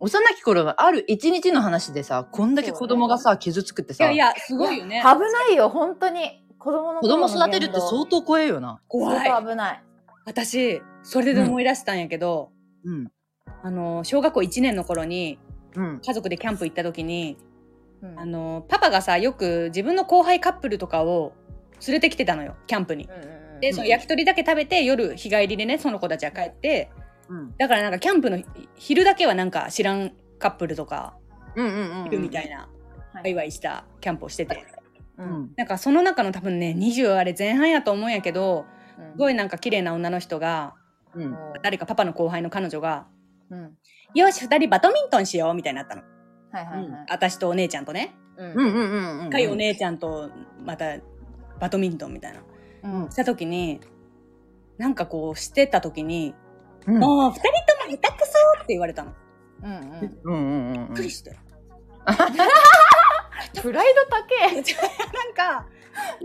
D: 幼き頃はある一日の話でさ、こんだけ子供がさ、傷つくって
A: い
D: さ、
A: やいや、すごいよね。
B: 危ないよ本当に子供の
D: 子
B: 頃の
D: 供育てるっ
B: 言
D: て
B: 動
D: 相当怖えよな。
A: 怖い
B: 相。当危ない
A: 私、それで思い出したんやけど、
D: うん。
A: あの、小学校1年の頃に、
D: うん。
A: 家族でキャンプ行った時に、
B: うん
A: あの、パパがさ、よく自分の後輩カップルとかを連れてきてたのよ、キャンプに。
B: うんうんうん
A: で、その焼き鳥だけ食べて、夜日帰りでね、その子たちは帰って、
D: うん。
A: だからなんかキャンプのひ昼だけはなんか知らんカップルとか
D: うんうんうん。
A: いるみたいな、
B: は
A: ワイワイしたキャンプをしてて。
D: う
B: うん
D: ん。
A: なんかその中の多分ね、20あれ前半やと思うんやけど、
B: うん
A: すごいなんか綺麗な女の人が、
D: うん。
A: 誰かパパの後輩の彼女が、
B: うん
A: よし、二人バドミントンしようみたいになったの。
B: はいはいはい
A: 私とお姉ちゃんとね。
B: うん
D: うんうんうんうん。
A: かいお姉ちゃんとまたバドミントンみたいな。
B: うん
A: した時に、なんかこうしてた時に、
H: うん
A: もう、二人とも下手くそって言われたの。び
B: うんうん。
H: うんうんうんうん
A: っくりして。
B: プライド高え。
A: なんか、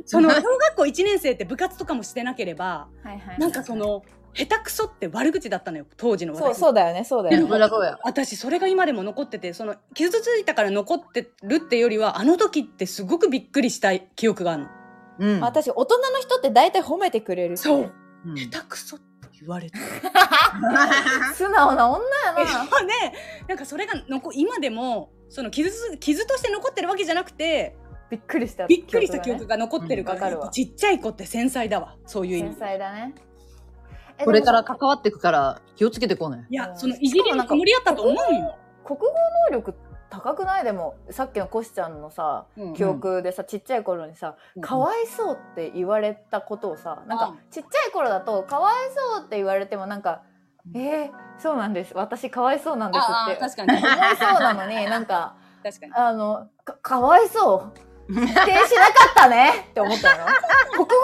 A: そ の、小学校1年生って部活とかもしてなければ、
B: はいはい
A: なんかその、下手くそって悪口だったのよ、当時の
B: そう
A: 私。
B: そうだよね、そうだよ
D: そ
B: ね。
D: りゃそうや。
A: 私、それが今でも残ってて、その、傷ついたから残ってるってよりは、あの時ってすごくびっくりした記憶があるの。
H: うん
B: まあ私、大人の人って大体褒めてくれる。
A: そう。
H: うん
A: 下手くそって言われ た。
B: 素直な女や
A: え
B: な。
A: そうね、なんかそれが残今でもその傷つ傷として残ってるわけじゃなくて
B: びっくりした。
A: びっくりした記
B: 記憶
A: 憶が残ってるか、
B: うんわからるわ
A: ちっちゃい子って繊細だわそういう
B: が
A: 意
B: ね。
A: 味
B: 繊細だね。え
D: これから
B: でも
D: 関わってくから気をつけてこない。
A: いや
B: うん
A: そのいじりのつもりだったと思うよ、
B: 国語能力高くないでも、さっきのコシちゃんのさ、
A: うん
B: 記憶でさ、ちっちゃい頃にさ、かわいそうって言われたことをさなん
A: う
B: か
A: ん
B: ちっちゃい頃だとかわいそうって言われてもなんか「えー、そうなんです私かわいそうなんです」
A: あ
B: っ
A: あ
B: て
A: 確かに
B: 思いそうなのになんか
A: 確かに
B: あのかかわいそう否定しなかったねって思ったの国語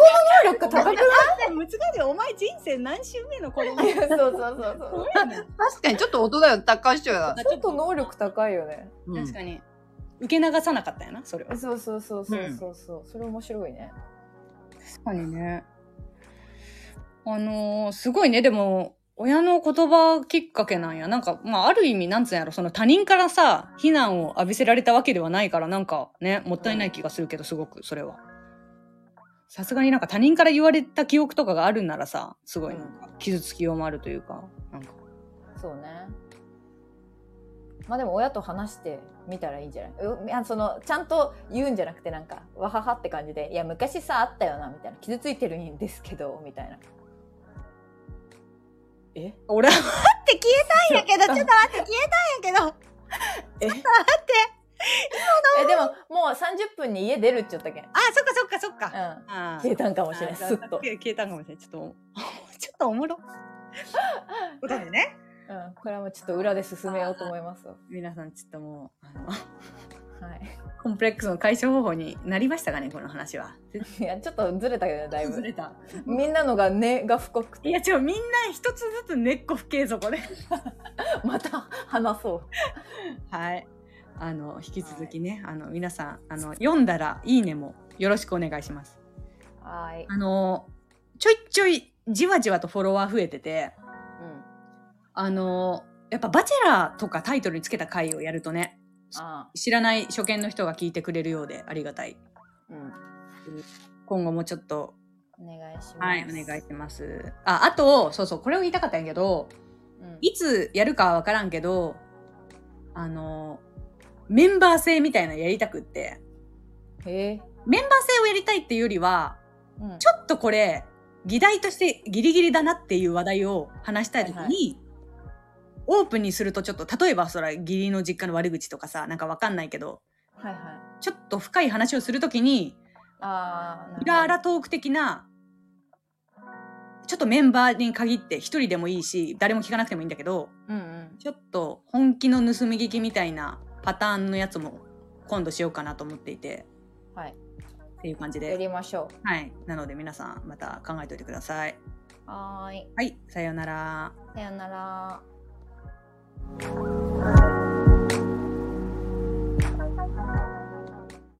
B: の能力高くない
A: 難しいよお前人生何週目の子 供
B: そうそうそうそう
D: 確かにちょっと音だよ、高い人やな。
B: ちょっと能力高いよね
A: 確かに受け流さなかったよなそれは
B: そうそうそうそうそうそうそれ面白いね
A: 確かにねあのーすごいねでも親の言葉きっかけなんやなんか、まあ、ある意味なんつうんやろその他人からさ非難を浴びせられたわけではないからなんかねもったいない気がするけどすごくそれはさすがになんか他人から言われた記憶とかがあるんならさすごいなんか傷つきようもあるというかなんか
B: そうね。まあでも親と話してみたらいいんじゃないういやそのちゃんと言うんじゃなくてなんかわははって感じで「いや昔さあったよな」みたいな「傷ついてるんですけど」みたいな
A: え俺は待って消えたんやけどちょっと待って消えたんやけどえ
B: えでももう30分に家出るっちゃったけん、うん、
A: あそっかそっかそっかあー
B: 消えたんかもしれない
A: あー
B: すっと、
A: 消え消えたんかもしれない。ちょっと、 ちょっとおもろ。ことでね。
B: うん、これはもうちょっと裏で進めようと思いますわ
A: 皆さん、ちょっともう、あの、
B: はい
A: コンプレックスの解消方法になりましたかね、この話は。
B: いやちょっとずれたけどねだ いぶ
A: れた。
B: みんなのが根が深く
A: い
B: て
A: や、ちょ、みんな一つずつ根っこ不継続 で。
B: また話そう
A: はい。あの、引き続きね、あの、皆さん、あの、読んだら、いいねもよろしくお願いします。
B: はい、
A: あの、ちょいちょい、じわじわとフォロワー増えてて、
B: うん、
A: あの、やっぱバチェラーとかタイトルにつけた回をやるとね、
B: あ
A: 知らない初見の人が聞いてくれるようでありがたい。
B: ーうん
A: 今後もちょっと、
B: お願いします
A: はい、お願いします。あ、あと、そうそう、これを言いたかったんやけど、
B: うん
A: いつやるかはわからんけど、あの、メンバー制みたいなのやりたくって、
B: へえ
A: メンバー制をやりたいっていうよりは、
B: うん
A: ちょっとこれ、議題としてギリギリだなっていう話題を話したいときに、
B: はい
A: オープンにするとちょっと、例えばそら、義理の実家の悪口とかさ、なんかわかんないけど、
B: はいはい
A: ちょっと深い話をするときに、
B: ああ、
A: 裏ラトーク的なちょっとメンバーに限って一人でもいいし誰も聞かなくてもいいんだけど
B: うんうん。
A: ちょっと本気の盗み聞きみたいなパターンのやつも今度しようかなと思っていて
B: はい。
A: っていう感じ
B: や
A: で、
B: りましょ。
A: はい、なので皆さんまた考えておいてくださいう
B: はーい。
A: はいさようなら
B: さよなら。